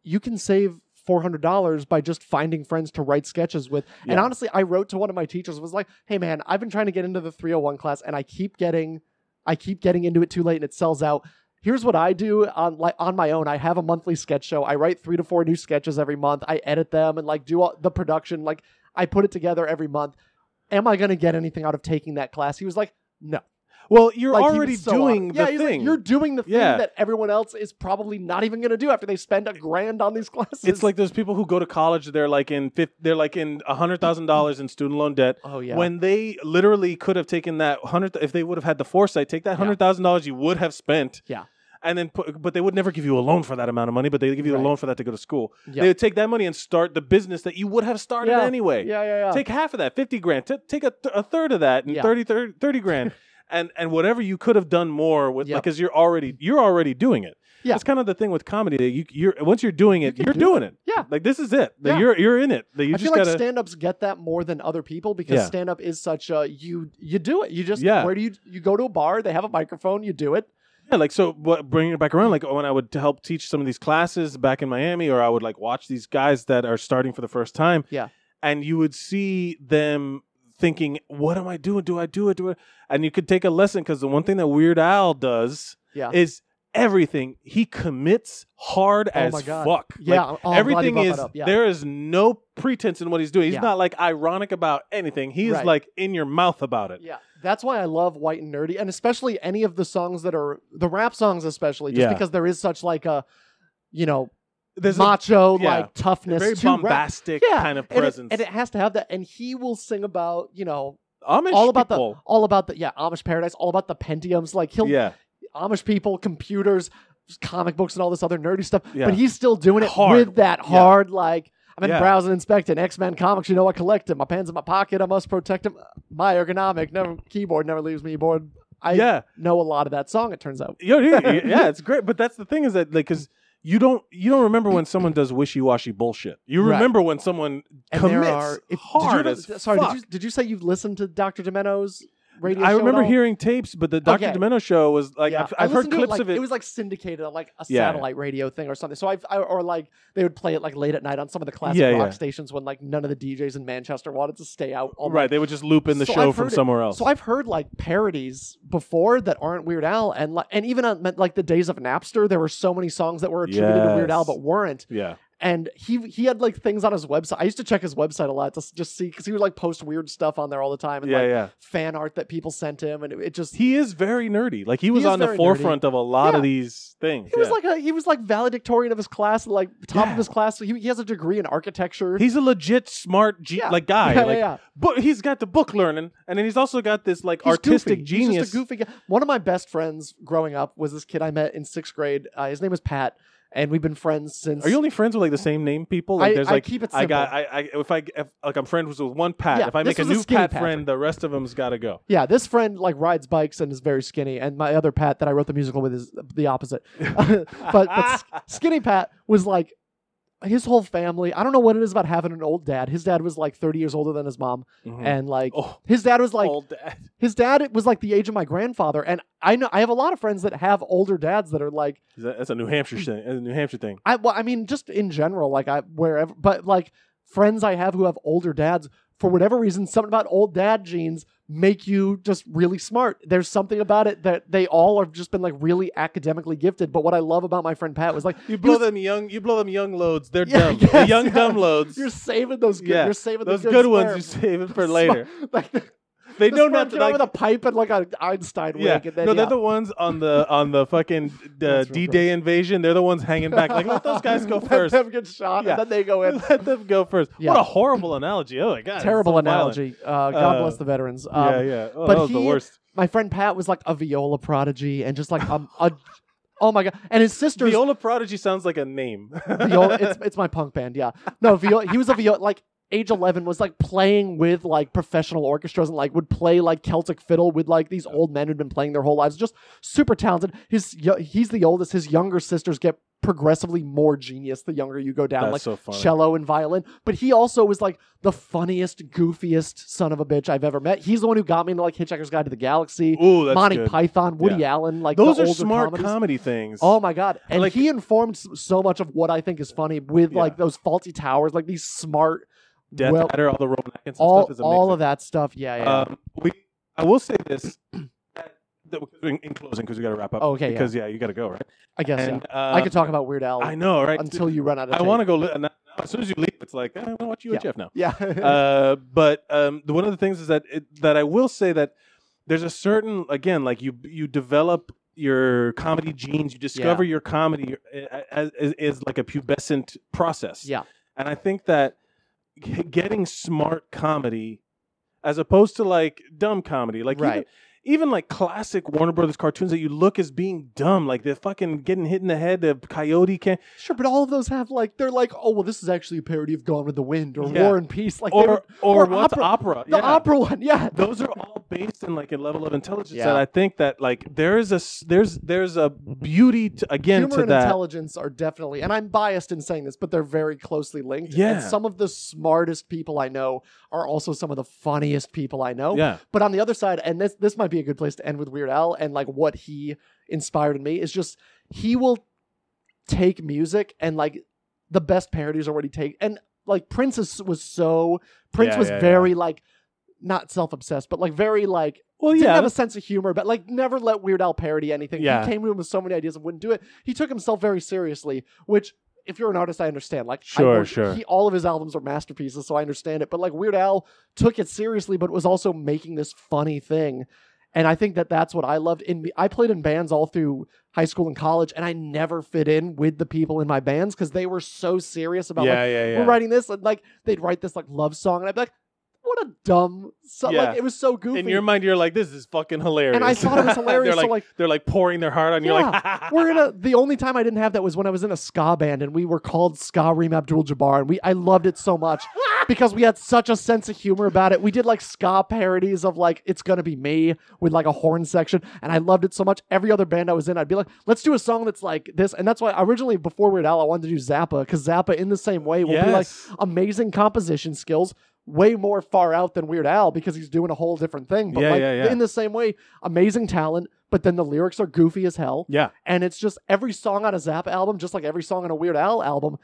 Speaker 3: you can save four hundred dollars by just finding friends to write sketches with. And
Speaker 2: Yeah.
Speaker 3: honestly, I wrote to one of my teachers was like, hey man, I've been trying to get into the three hundred one class, and I keep getting, I keep getting into it too late, and it sells out. Here's what I do on like on my own. I have a monthly sketch show. I write three to four new sketches every month. I edit them and like do all the production. Like I put it together every month. Am I going to get anything out of taking that class? He was like, no.
Speaker 2: Well, you're
Speaker 3: Like, he
Speaker 2: already
Speaker 3: was so
Speaker 2: doing
Speaker 3: on-
Speaker 2: the
Speaker 3: yeah, he's like,
Speaker 2: thing.
Speaker 3: you're doing the thing
Speaker 2: Yeah.
Speaker 3: that everyone else is probably not even going to do after they spend a grand on these classes.
Speaker 2: it's like those people who go to college. They're like in fifth, they're like in a hundred thousand dollars in student loan debt.
Speaker 3: oh yeah,
Speaker 2: When they literally could have taken that hundred, if they would have had the foresight, take that
Speaker 3: Yeah.
Speaker 2: hundred thousand dollars you would have spent.
Speaker 3: Yeah.
Speaker 2: And then, put, but they would never give you a loan for that amount of money. But they give you
Speaker 3: Right.
Speaker 2: a loan for that to go to school.
Speaker 3: Yeah.
Speaker 2: They would take that money and start the business that you would have started
Speaker 3: Yeah.
Speaker 2: anyway.
Speaker 3: yeah, yeah, yeah.
Speaker 2: Take half of that, fifty grand. T- take a, th- a third of that, and
Speaker 3: Yeah.
Speaker 2: 30, 30, 30
Speaker 3: *laughs*
Speaker 2: grand, and and whatever you could have done more with,
Speaker 3: Yep.
Speaker 2: because you're already you're already doing it.
Speaker 3: Yeah.
Speaker 2: That's kind of the thing with comedy. that You you're once you're doing it, you are doing it.
Speaker 3: Yeah.
Speaker 2: Like this is it. That
Speaker 3: Yeah.
Speaker 2: You're you're in it. That you
Speaker 3: I
Speaker 2: just
Speaker 3: feel like
Speaker 2: gotta.
Speaker 3: stand-ups get that more than other people because
Speaker 2: Yeah.
Speaker 3: stand-up is such a you you do it. You just
Speaker 2: Yeah.
Speaker 3: where do you you go to a bar? They have a microphone. You do it.
Speaker 2: Yeah, like so what, bringing it back around, like when I would help teach some of these classes back in Miami, or I would like watch these guys that are starting for the first time.
Speaker 3: Yeah.
Speaker 2: And you would see them thinking, what am I doing? Do I do it? Do it? And you could take a lesson because the one thing that Weird Al does
Speaker 3: Yeah.
Speaker 2: is everything. He commits hard
Speaker 3: Oh
Speaker 2: as
Speaker 3: my God.
Speaker 2: fuck.
Speaker 3: Yeah,
Speaker 2: Like,
Speaker 3: I'm- oh, I'm glad you
Speaker 2: everything
Speaker 3: brought that
Speaker 2: is,
Speaker 3: up. Yeah.
Speaker 2: there is no pretense in what he's doing. He's
Speaker 3: Yeah.
Speaker 2: not like ironic about anything. He is
Speaker 3: Right.
Speaker 2: like in your mouth about it.
Speaker 3: Yeah, that's why I love White and Nerdy, and especially any of the songs that are the rap songs, especially just
Speaker 2: Yeah.
Speaker 3: because there is such like a you know
Speaker 2: There's a
Speaker 3: macho
Speaker 2: yeah.
Speaker 3: like toughness,
Speaker 2: very
Speaker 3: to rap.
Speaker 2: bombastic
Speaker 3: Yeah,
Speaker 2: kind of
Speaker 3: And it-
Speaker 2: presence.
Speaker 3: and it has to have that. And he will sing about you know
Speaker 2: Amish
Speaker 3: all about
Speaker 2: people.
Speaker 3: the all about the yeah Amish paradise, all about the Pentiums. Like he'll
Speaker 2: yeah,
Speaker 3: Amish people, computers, comic books, and all this other nerdy stuff.
Speaker 2: Yeah.
Speaker 3: But he's still doing it
Speaker 2: Hard.
Speaker 3: with that
Speaker 2: Yeah.
Speaker 3: hard like. I've been
Speaker 2: Yeah.
Speaker 3: browsing, inspecting X Men comics. You know, I collect them. My pen's in my pocket. I must protect them. My ergonomic, never keyboard never leaves me bored. I
Speaker 2: yeah,
Speaker 3: know a lot of that song. It turns out. *laughs*
Speaker 2: Yo, dude, yeah, it's great. But that's the thing is that like because you don't you don't remember when someone does wishy washy bullshit. You
Speaker 3: Right.
Speaker 2: remember when someone
Speaker 3: And
Speaker 2: commits
Speaker 3: there are if- did you
Speaker 2: hard
Speaker 3: ever-
Speaker 2: as
Speaker 3: sorry.
Speaker 2: fuck.
Speaker 3: Did you, did you say you listened to Dr. Demento's radio?
Speaker 2: I
Speaker 3: show at
Speaker 2: remember
Speaker 3: all?
Speaker 2: heard tapes, but the Dr.
Speaker 3: Okay.
Speaker 2: Demento show was like
Speaker 3: Yeah,
Speaker 2: I've,
Speaker 3: I
Speaker 2: I've heard
Speaker 3: listened to
Speaker 2: clips
Speaker 3: like,
Speaker 2: of it.
Speaker 3: It was like syndicated, on, like a
Speaker 2: Yeah.
Speaker 3: satellite radio thing or something. So I've, I or like they would play it like late at night on some of the classic
Speaker 2: Yeah,
Speaker 3: rock
Speaker 2: yeah.
Speaker 3: stations when like none of the DJs in Manchester wanted to stay out. All
Speaker 2: right, they would just loop in the
Speaker 3: So
Speaker 2: show
Speaker 3: I've
Speaker 2: from
Speaker 3: heard it.
Speaker 2: somewhere
Speaker 3: night.
Speaker 2: else.
Speaker 3: So I've heard like parodies before that aren't Weird Al, and like and even on like the days of Napster, there were so many songs that were attributed to Weird Al
Speaker 2: Yes.
Speaker 3: but weren't.
Speaker 2: yeah,
Speaker 3: And he he had like things on his website. I used to check his website a lot to s- just see because he would like post weird stuff on there all the time and
Speaker 2: yeah,
Speaker 3: like
Speaker 2: yeah.
Speaker 3: fan art that people sent him, and it, it just
Speaker 2: He is very nerdy. Like he was
Speaker 3: is
Speaker 2: on the
Speaker 3: very nerdy.
Speaker 2: forefront of a lot of
Speaker 3: Yeah.
Speaker 2: these things.
Speaker 3: He was
Speaker 2: yeah.
Speaker 3: like a he was like valedictorian of his class, like top
Speaker 2: Yeah.
Speaker 3: of his class. He, he has a degree in architecture.
Speaker 2: he's a legit smart G-
Speaker 3: Yeah.
Speaker 2: like guy.
Speaker 3: yeah, yeah,
Speaker 2: like,
Speaker 3: yeah.
Speaker 2: But he's got the book learning, and then he's also got this like
Speaker 3: He's
Speaker 2: artistic
Speaker 3: goofy. He's
Speaker 2: genius.
Speaker 3: just a goofy guy. One of my best friends growing up was this kid I met in sixth grade. Uh, his name was Pat, and we've been friends since.
Speaker 2: Are you only friends with like the same name people? Like
Speaker 3: I-
Speaker 2: there's
Speaker 3: I
Speaker 2: like
Speaker 3: keep it
Speaker 2: I got I, I if I if, like I'm friends with one Pat.
Speaker 3: Yeah,
Speaker 2: if I make
Speaker 3: this
Speaker 2: a
Speaker 3: was a
Speaker 2: new
Speaker 3: skinny
Speaker 2: Pat
Speaker 3: Patrick.
Speaker 2: friend, the rest of them's got to go.
Speaker 3: Yeah, this friend like rides bikes and is very skinny, and my other Pat that I wrote the musical with is the
Speaker 2: *laughs*
Speaker 3: opposite. *laughs* but, but s- skinny Pat was like his whole family. I don't know what it is about having an old dad. His dad was like thirty years older than his mom,
Speaker 2: Mhm.
Speaker 3: and like
Speaker 2: oh,
Speaker 3: his dad was like
Speaker 2: old dad.
Speaker 3: his dad was like the age of my grandfather and i know i have a lot of friends that have older dads that are like
Speaker 2: Is that- That's a New Hampshire thing. That's a New Hampshire thing.
Speaker 3: i well, i mean just in general like i wherever but like friends i have who have older dads for whatever reason something about old dad genes make you just really smart there's something about it that they all have just been like really academically gifted but what i love about my friend pat was like
Speaker 2: You blow
Speaker 3: was-
Speaker 2: them young. You blow them young loads. They're
Speaker 3: Yeah,
Speaker 2: *laughs* dumb. the
Speaker 3: yes,
Speaker 2: young
Speaker 3: yeah.
Speaker 2: dumb loads.
Speaker 3: you're saving those good
Speaker 2: Yeah,
Speaker 3: you're saving
Speaker 2: those
Speaker 3: the
Speaker 2: good ones
Speaker 3: sperm.
Speaker 2: you save *laughs* it for
Speaker 3: *laughs*
Speaker 2: later.
Speaker 3: like
Speaker 2: They
Speaker 3: this
Speaker 2: know
Speaker 3: sperm
Speaker 2: not to
Speaker 3: came out
Speaker 2: like
Speaker 3: with a pipe and like an einstein wig
Speaker 2: *laughs* Yeah.
Speaker 3: and then
Speaker 2: no, they're
Speaker 3: yeah.
Speaker 2: the ones on the on the fucking uh,
Speaker 3: That's real
Speaker 2: D Day invasion. They're the ones hanging back. Like let those guys go
Speaker 3: *laughs*
Speaker 2: *laughs*
Speaker 3: Let
Speaker 2: first.
Speaker 3: them get shot,
Speaker 2: Yeah.
Speaker 3: and then they go
Speaker 2: *laughs*
Speaker 3: in.
Speaker 2: Let them go first.
Speaker 3: Yeah.
Speaker 2: What a horrible analogy. Oh my god. it's
Speaker 3: Terrible
Speaker 2: so violent.
Speaker 3: analogy. Uh, God
Speaker 2: Uh,
Speaker 3: bless the veterans. Um,
Speaker 2: yeah, yeah. Oh,
Speaker 3: but
Speaker 2: that was the
Speaker 3: he-
Speaker 2: worst.
Speaker 3: My friend Pat was like a viola prodigy, and just like um, a, oh my god, and his sister's
Speaker 2: Viola Prodigy sounds like a name. *laughs*
Speaker 3: viola. It's, it's my punk band. Yeah, no, viola. He was a viola. Like age eleven was like playing with like professional orchestras and like would play like Celtic fiddle with like these old men who'd been playing their whole lives. Just super talented. His yo- he's the oldest. His younger sisters get progressively more genius the younger you go down.
Speaker 2: That's
Speaker 3: like
Speaker 2: so funny.
Speaker 3: cello and violin. But he also was like the funniest, goofiest son of a bitch I've ever met. He's the one who got me into like Hitchhiker's Guide to the Galaxy,
Speaker 2: Ooh, that's
Speaker 3: Monty
Speaker 2: good.
Speaker 3: Python, Woody
Speaker 2: Yeah.
Speaker 3: Allen. Like
Speaker 2: Those
Speaker 3: the
Speaker 2: are
Speaker 3: older
Speaker 2: smart
Speaker 3: comedies.
Speaker 2: comedy things.
Speaker 3: Oh my god! And
Speaker 2: like-
Speaker 3: he informed s- so much of what I think is funny with
Speaker 2: Yeah.
Speaker 3: like those faulty towers, like these smart,
Speaker 2: Death
Speaker 3: well,
Speaker 2: Adder, all the Roman Atkinson
Speaker 3: all
Speaker 2: stuff is amazing.
Speaker 3: all of that stuff. Yeah, yeah.
Speaker 2: Um, we, I will say this that- that- in, in closing because we got to wrap up.
Speaker 3: Oh, okay, yeah.
Speaker 2: Because yeah, you got to go right.
Speaker 3: I guess.
Speaker 2: And,
Speaker 3: yeah.
Speaker 2: uh,
Speaker 3: I could talk about Weird Al
Speaker 2: I know, right?
Speaker 3: until you run out of.
Speaker 2: I want to go. Li- and now, as soon as you leave, it's like I want to watch you and
Speaker 3: Yeah.
Speaker 2: Jeff now.
Speaker 3: Yeah. *laughs*
Speaker 2: *laughs* Uh, but um, the- one of the things is that it, that I will say that there's a certain again like you you develop your comedy genes you discover your comedy uh, as, as, is like a pubescent process
Speaker 3: Yeah.
Speaker 2: and i think that g- getting smart comedy as opposed to like dumb comedy like even,
Speaker 3: Right.
Speaker 2: even like classic warner brothers cartoons that you look as being dumb like they're fucking getting hit in the head the coyote can
Speaker 3: Sure, but all of those have like they're like, oh well, this is actually a parody of Gone with the Wind or
Speaker 2: Yeah.
Speaker 3: War and Peace, like they
Speaker 2: or,
Speaker 3: were-
Speaker 2: or
Speaker 3: or
Speaker 2: what's
Speaker 3: opera.
Speaker 2: opera,
Speaker 3: the
Speaker 2: yeah.
Speaker 3: opera one. Yeah,
Speaker 2: those are all based in like a level of intelligence
Speaker 3: Yeah.
Speaker 2: that I think that like there is a s- there's there's a beauty to, again
Speaker 3: humor
Speaker 2: to
Speaker 3: and
Speaker 2: that.
Speaker 3: intelligence are definitely, and I'm biased in saying this, but they're very closely linked.
Speaker 2: Yeah.
Speaker 3: and some of the smartest people I know are also some of the funniest people I know.
Speaker 2: Yeah,
Speaker 3: But on the other side, and this this might be a good place to end with Weird Al and like what he inspired in me is just he will take music and like the best parodies are what he take and like Prince is, was so Prince
Speaker 2: Yeah,
Speaker 3: was
Speaker 2: yeah,
Speaker 3: very like not self obsessed but like very like
Speaker 2: well,
Speaker 3: didn't
Speaker 2: Oh, yeah,
Speaker 3: have a sense of humor, but like never let Weird Al parody anything.
Speaker 2: Yeah.
Speaker 3: He came to him with so many ideas and wouldn't do it. He took himself very seriously, which if you're an artist, I understand. Like, I
Speaker 2: Sure,
Speaker 3: work-
Speaker 2: sure.
Speaker 3: He, all of his albums are masterpieces, so I understand it. But like Weird Al took it seriously, but was also making this funny thing. And I think that that's what I loved. In me, I played in bands all through high school and college, and I never fit in with the people in my bands because they were so serious about like,
Speaker 2: yeah,
Speaker 3: we're writing this, and like they'd write this like love song, and I'd be like, what a dumb song!
Speaker 2: Yeah.
Speaker 3: Like it was so goofy.
Speaker 2: In your mind, you're like, this is fucking hilarious.
Speaker 3: And I thought
Speaker 2: *laughs*
Speaker 3: it was hilarious.
Speaker 2: they're like,
Speaker 3: so like,
Speaker 2: they're like pouring their heart on. you. You're *laughs* like,
Speaker 3: we're in a. The only time I
Speaker 2: *laughs*
Speaker 3: didn't have that was when I was in a ska band, and we were called Ska Reem Abdul Jabbar, and we I loved it so much. because we had such a sense of humor about it. We did like ska parodies of like "It's Gonna Be Me" with like a horn section, and I loved it so much. Every other band I was in, I'd be like, "Let's do a song that's like this," and that's why originally before Weird Al, I wanted to do Zappa because Zappa, in the same way, will be like
Speaker 2: Yes.
Speaker 3: amazing composition skills. Way more far out than Weird Al because he's doing a whole different thing. But
Speaker 2: Yeah,
Speaker 3: like
Speaker 2: yeah, yeah.
Speaker 3: in the same way, amazing talent, but then the lyrics are goofy as hell *laughs*
Speaker 2: Yeah.
Speaker 3: and it's just every song on a Zappa album, just like every song on a Weird Al album,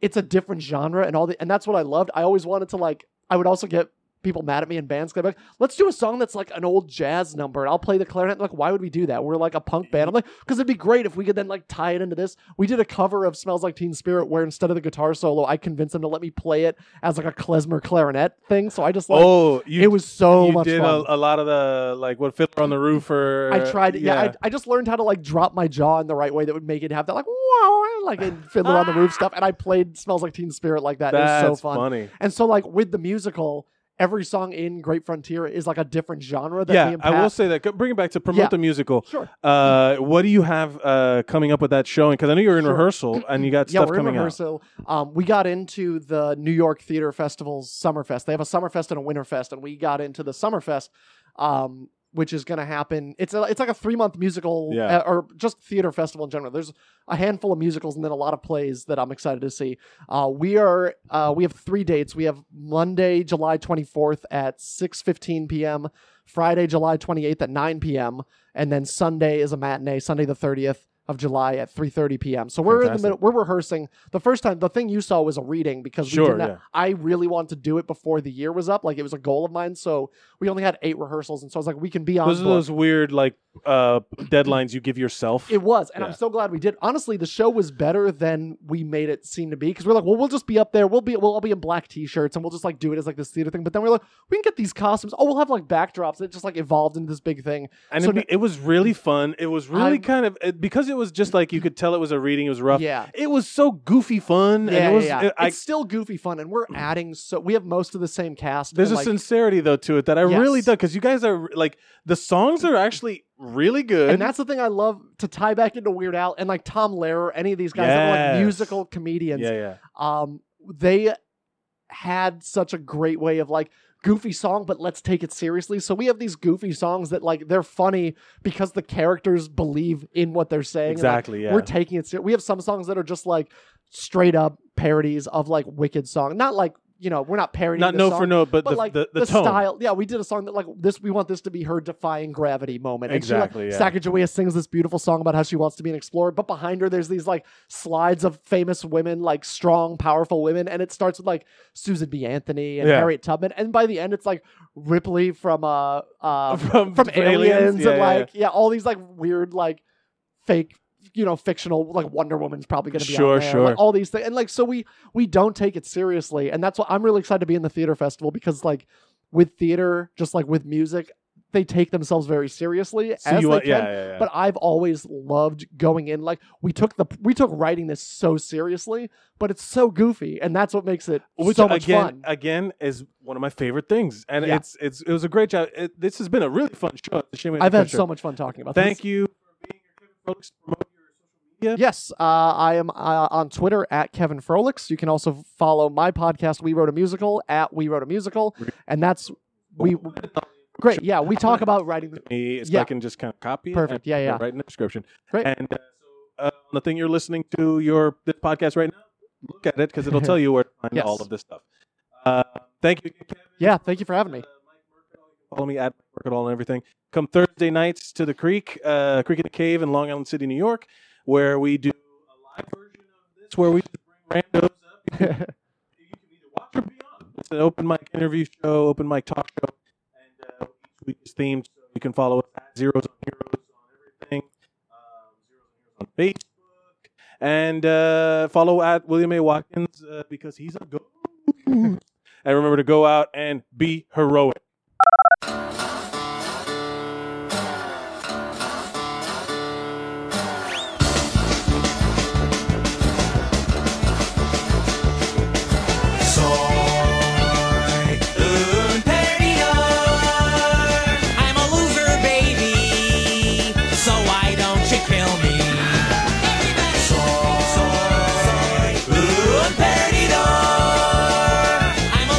Speaker 3: it's a different genre and all the and that's what I loved. I always wanted to like. I would also get people mad at me in bands 'cause I'd be like, "Let's do a song that's like an old jazz number," and I'll play the clarinet. Like, why would we do that? We're like a punk band. I'm like, because it'd be great if we could then like tie it into this. We did a cover of "Smells Like Teen Spirit" where instead of the guitar solo, I convinced them to let me play it as like a klezmer clarinet thing. So I just like
Speaker 2: oh, you,
Speaker 3: it was so
Speaker 2: you
Speaker 3: much
Speaker 2: did
Speaker 3: fun.
Speaker 2: A, a lot of the like what Fiddler on the Roof or
Speaker 3: I tried. Yeah, I, I just learned how to like drop my jaw in the right way that would make it have that like wow, like in Fiddler on the Roof stuff. And I played "Smells Like Teen Spirit" like that.
Speaker 2: that's
Speaker 3: it was so fun.
Speaker 2: funny.
Speaker 3: And so like with the musical, every song in Great Frontier is like a different genre. That me
Speaker 2: Yeah,
Speaker 3: and Pat,
Speaker 2: I will say that. Go- Bring it back to promote
Speaker 3: Yeah.
Speaker 2: the musical.
Speaker 3: Sure.
Speaker 2: Uh, what do you have uh, coming up with that showing? Because I know you were in
Speaker 3: Sure.
Speaker 2: rehearsal and you got
Speaker 3: yeah,
Speaker 2: stuff
Speaker 3: we're in
Speaker 2: coming out.
Speaker 3: rehearsal. Um, we got into the New York Theater Festival's Summerfest. They have a Summerfest and a Winterfest, and we got into the Summerfest, um, which is going to happen. It's a, it's like a three month musical,
Speaker 2: Yeah.
Speaker 3: uh, or just theater festival in general. There's a handful of musicals and then a lot of plays that I'm excited to see. Uh, we are uh, we have three dates. We have Monday, July 24th at 6:15 p.m. Friday, July 28th at 9 p.m. and then Sunday is a matinee, Sunday the 30th of July at 3:30 p.m. So we're in the
Speaker 2: Fantastic.
Speaker 3: middle. We're rehearsing. The first time, the thing you saw was a reading because we
Speaker 2: Sure,
Speaker 3: did not,
Speaker 2: yeah.
Speaker 3: I really wanted to do it before the year was up. Like it was a goal of mine. So we only had eight rehearsals, and so I was like, we can be on.
Speaker 2: Those are
Speaker 3: board.
Speaker 2: those weird like uh, deadlines you give yourself.
Speaker 3: It was, and
Speaker 2: Yeah.
Speaker 3: I'm so glad we did. Honestly, the show was better than we made it seem to be because we're like, well, we'll just be up there. We'll be, we'll all be in black t-shirts, and we'll just like do it as like this theater thing. But then we're like, we can get these costumes. Oh, we'll have like backdrops. It just like evolved into this big thing.
Speaker 2: and
Speaker 3: So
Speaker 2: it, be- it was really fun. It was really
Speaker 3: I'm-
Speaker 2: kind of it, because it was just like you could tell it was a reading. It was rough.
Speaker 3: Yeah.
Speaker 2: It was so goofy fun.
Speaker 3: Yeah,
Speaker 2: and it was,
Speaker 3: yeah, yeah.
Speaker 2: it- I, Mm.
Speaker 3: it's still goofy fun, and we're adding so we have most of the same cast.
Speaker 2: there's
Speaker 3: and,
Speaker 2: a
Speaker 3: like,
Speaker 2: sincerity though to it that I really
Speaker 3: Yes.
Speaker 2: do because you guys are like the songs are actually really good.
Speaker 3: and that's the thing I love to tie back into Weird Al and like Tom Lehrer, any of these guys that were like
Speaker 2: Yes.
Speaker 3: musical comedians.
Speaker 2: yeah, yeah.
Speaker 3: um, they had such a great way of like goofy song, but let's take it seriously. So we have these goofy songs that like they're funny because the characters believe in what they're saying. and, like,
Speaker 2: Exactly. yeah.
Speaker 3: We're taking it serious. We have some songs that are just like straight up parodies of like wicked song. Not like, you know, we're not parodying
Speaker 2: Not
Speaker 3: this
Speaker 2: note
Speaker 3: song,
Speaker 2: for note, but,
Speaker 3: but
Speaker 2: the,
Speaker 3: like
Speaker 2: the, the, tone.
Speaker 3: style. Yeah, we did a song that like this. We want this to be her defying gravity moment. And
Speaker 2: Exactly,
Speaker 3: She,
Speaker 2: yeah.
Speaker 3: like, Sacagawea sings this beautiful song about how she wants to be an explorer, but behind her there's these like slides of famous women, like strong, powerful women, and it starts with like Susan B. Anthony and
Speaker 2: Yeah.
Speaker 3: Harriet Tubman, and by the end it's like Ripley from uh, uh
Speaker 2: *laughs* from,
Speaker 3: from aliens,
Speaker 2: Yeah,
Speaker 3: and
Speaker 2: yeah, yeah.
Speaker 3: like yeah. all these like weird like fake you know fictional like Wonder Woman's probably going to be on
Speaker 2: Sure,
Speaker 3: there,
Speaker 2: sure.
Speaker 3: like, all these things and like so we we don't take it seriously and that's why I'm really excited to be in the theater festival because like with theater just like with music they take themselves very seriously
Speaker 2: So
Speaker 3: as they
Speaker 2: you want-
Speaker 3: can
Speaker 2: yeah, yeah, yeah.
Speaker 3: but I've always loved going in like we took the we took writing this so seriously but it's so goofy and that's what makes it
Speaker 2: which
Speaker 3: so much
Speaker 2: again, uh,
Speaker 3: fun
Speaker 2: again, is one of my favorite things, and
Speaker 3: Yeah.
Speaker 2: it's it's it was a great job. It, this has been a really fun show. It's a shame we
Speaker 3: I've
Speaker 2: didn't
Speaker 3: had
Speaker 2: feature.
Speaker 3: so much fun talking about this.
Speaker 2: Thank you for being here, Kevin Brooks. Promote your social media.
Speaker 3: Yes, uh, I am uh, on Twitter at Kevin Frolix. You can also follow my podcast, We Wrote a Musical, at We Wrote a Musical, and that's we. Great, yeah, we talk about writing. The,
Speaker 2: me so
Speaker 3: Yeah.
Speaker 2: I can just kind of copy it
Speaker 3: Perfect,
Speaker 2: and
Speaker 3: yeah, yeah.
Speaker 2: write in the description.
Speaker 3: Great.
Speaker 2: And uh, so, uh, on the thing you're listening to your this podcast right now, look at it
Speaker 3: *laughs*
Speaker 2: because it'll tell you where to find
Speaker 3: Yes.
Speaker 2: all of this stuff. Uh, thank you, again, Kevin.
Speaker 3: yeah, thank you for having
Speaker 2: Uh,
Speaker 3: me.
Speaker 2: Mike Mercadal, you can Follow me at Work It All and everything. Come Thursday nights to the Creek, uh, Creek in the Cave in Long Island City, New York, where we do a live version of this, where we just bring randos up. You can either watch or be on. It's an open mic interview show, open mic talk show, and uh, each week is themed. So you can follow us at Zeros on Heroes on everything, um, Zeros on Heroes on Facebook, and uh, follow at William A. Watkins uh, because he's a go. and remember to go out and be heroic.
Speaker 4: Soy inferior. I'm a loser, baby. So why don't you kill me? Soy inferior. I'm a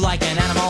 Speaker 4: like an animal.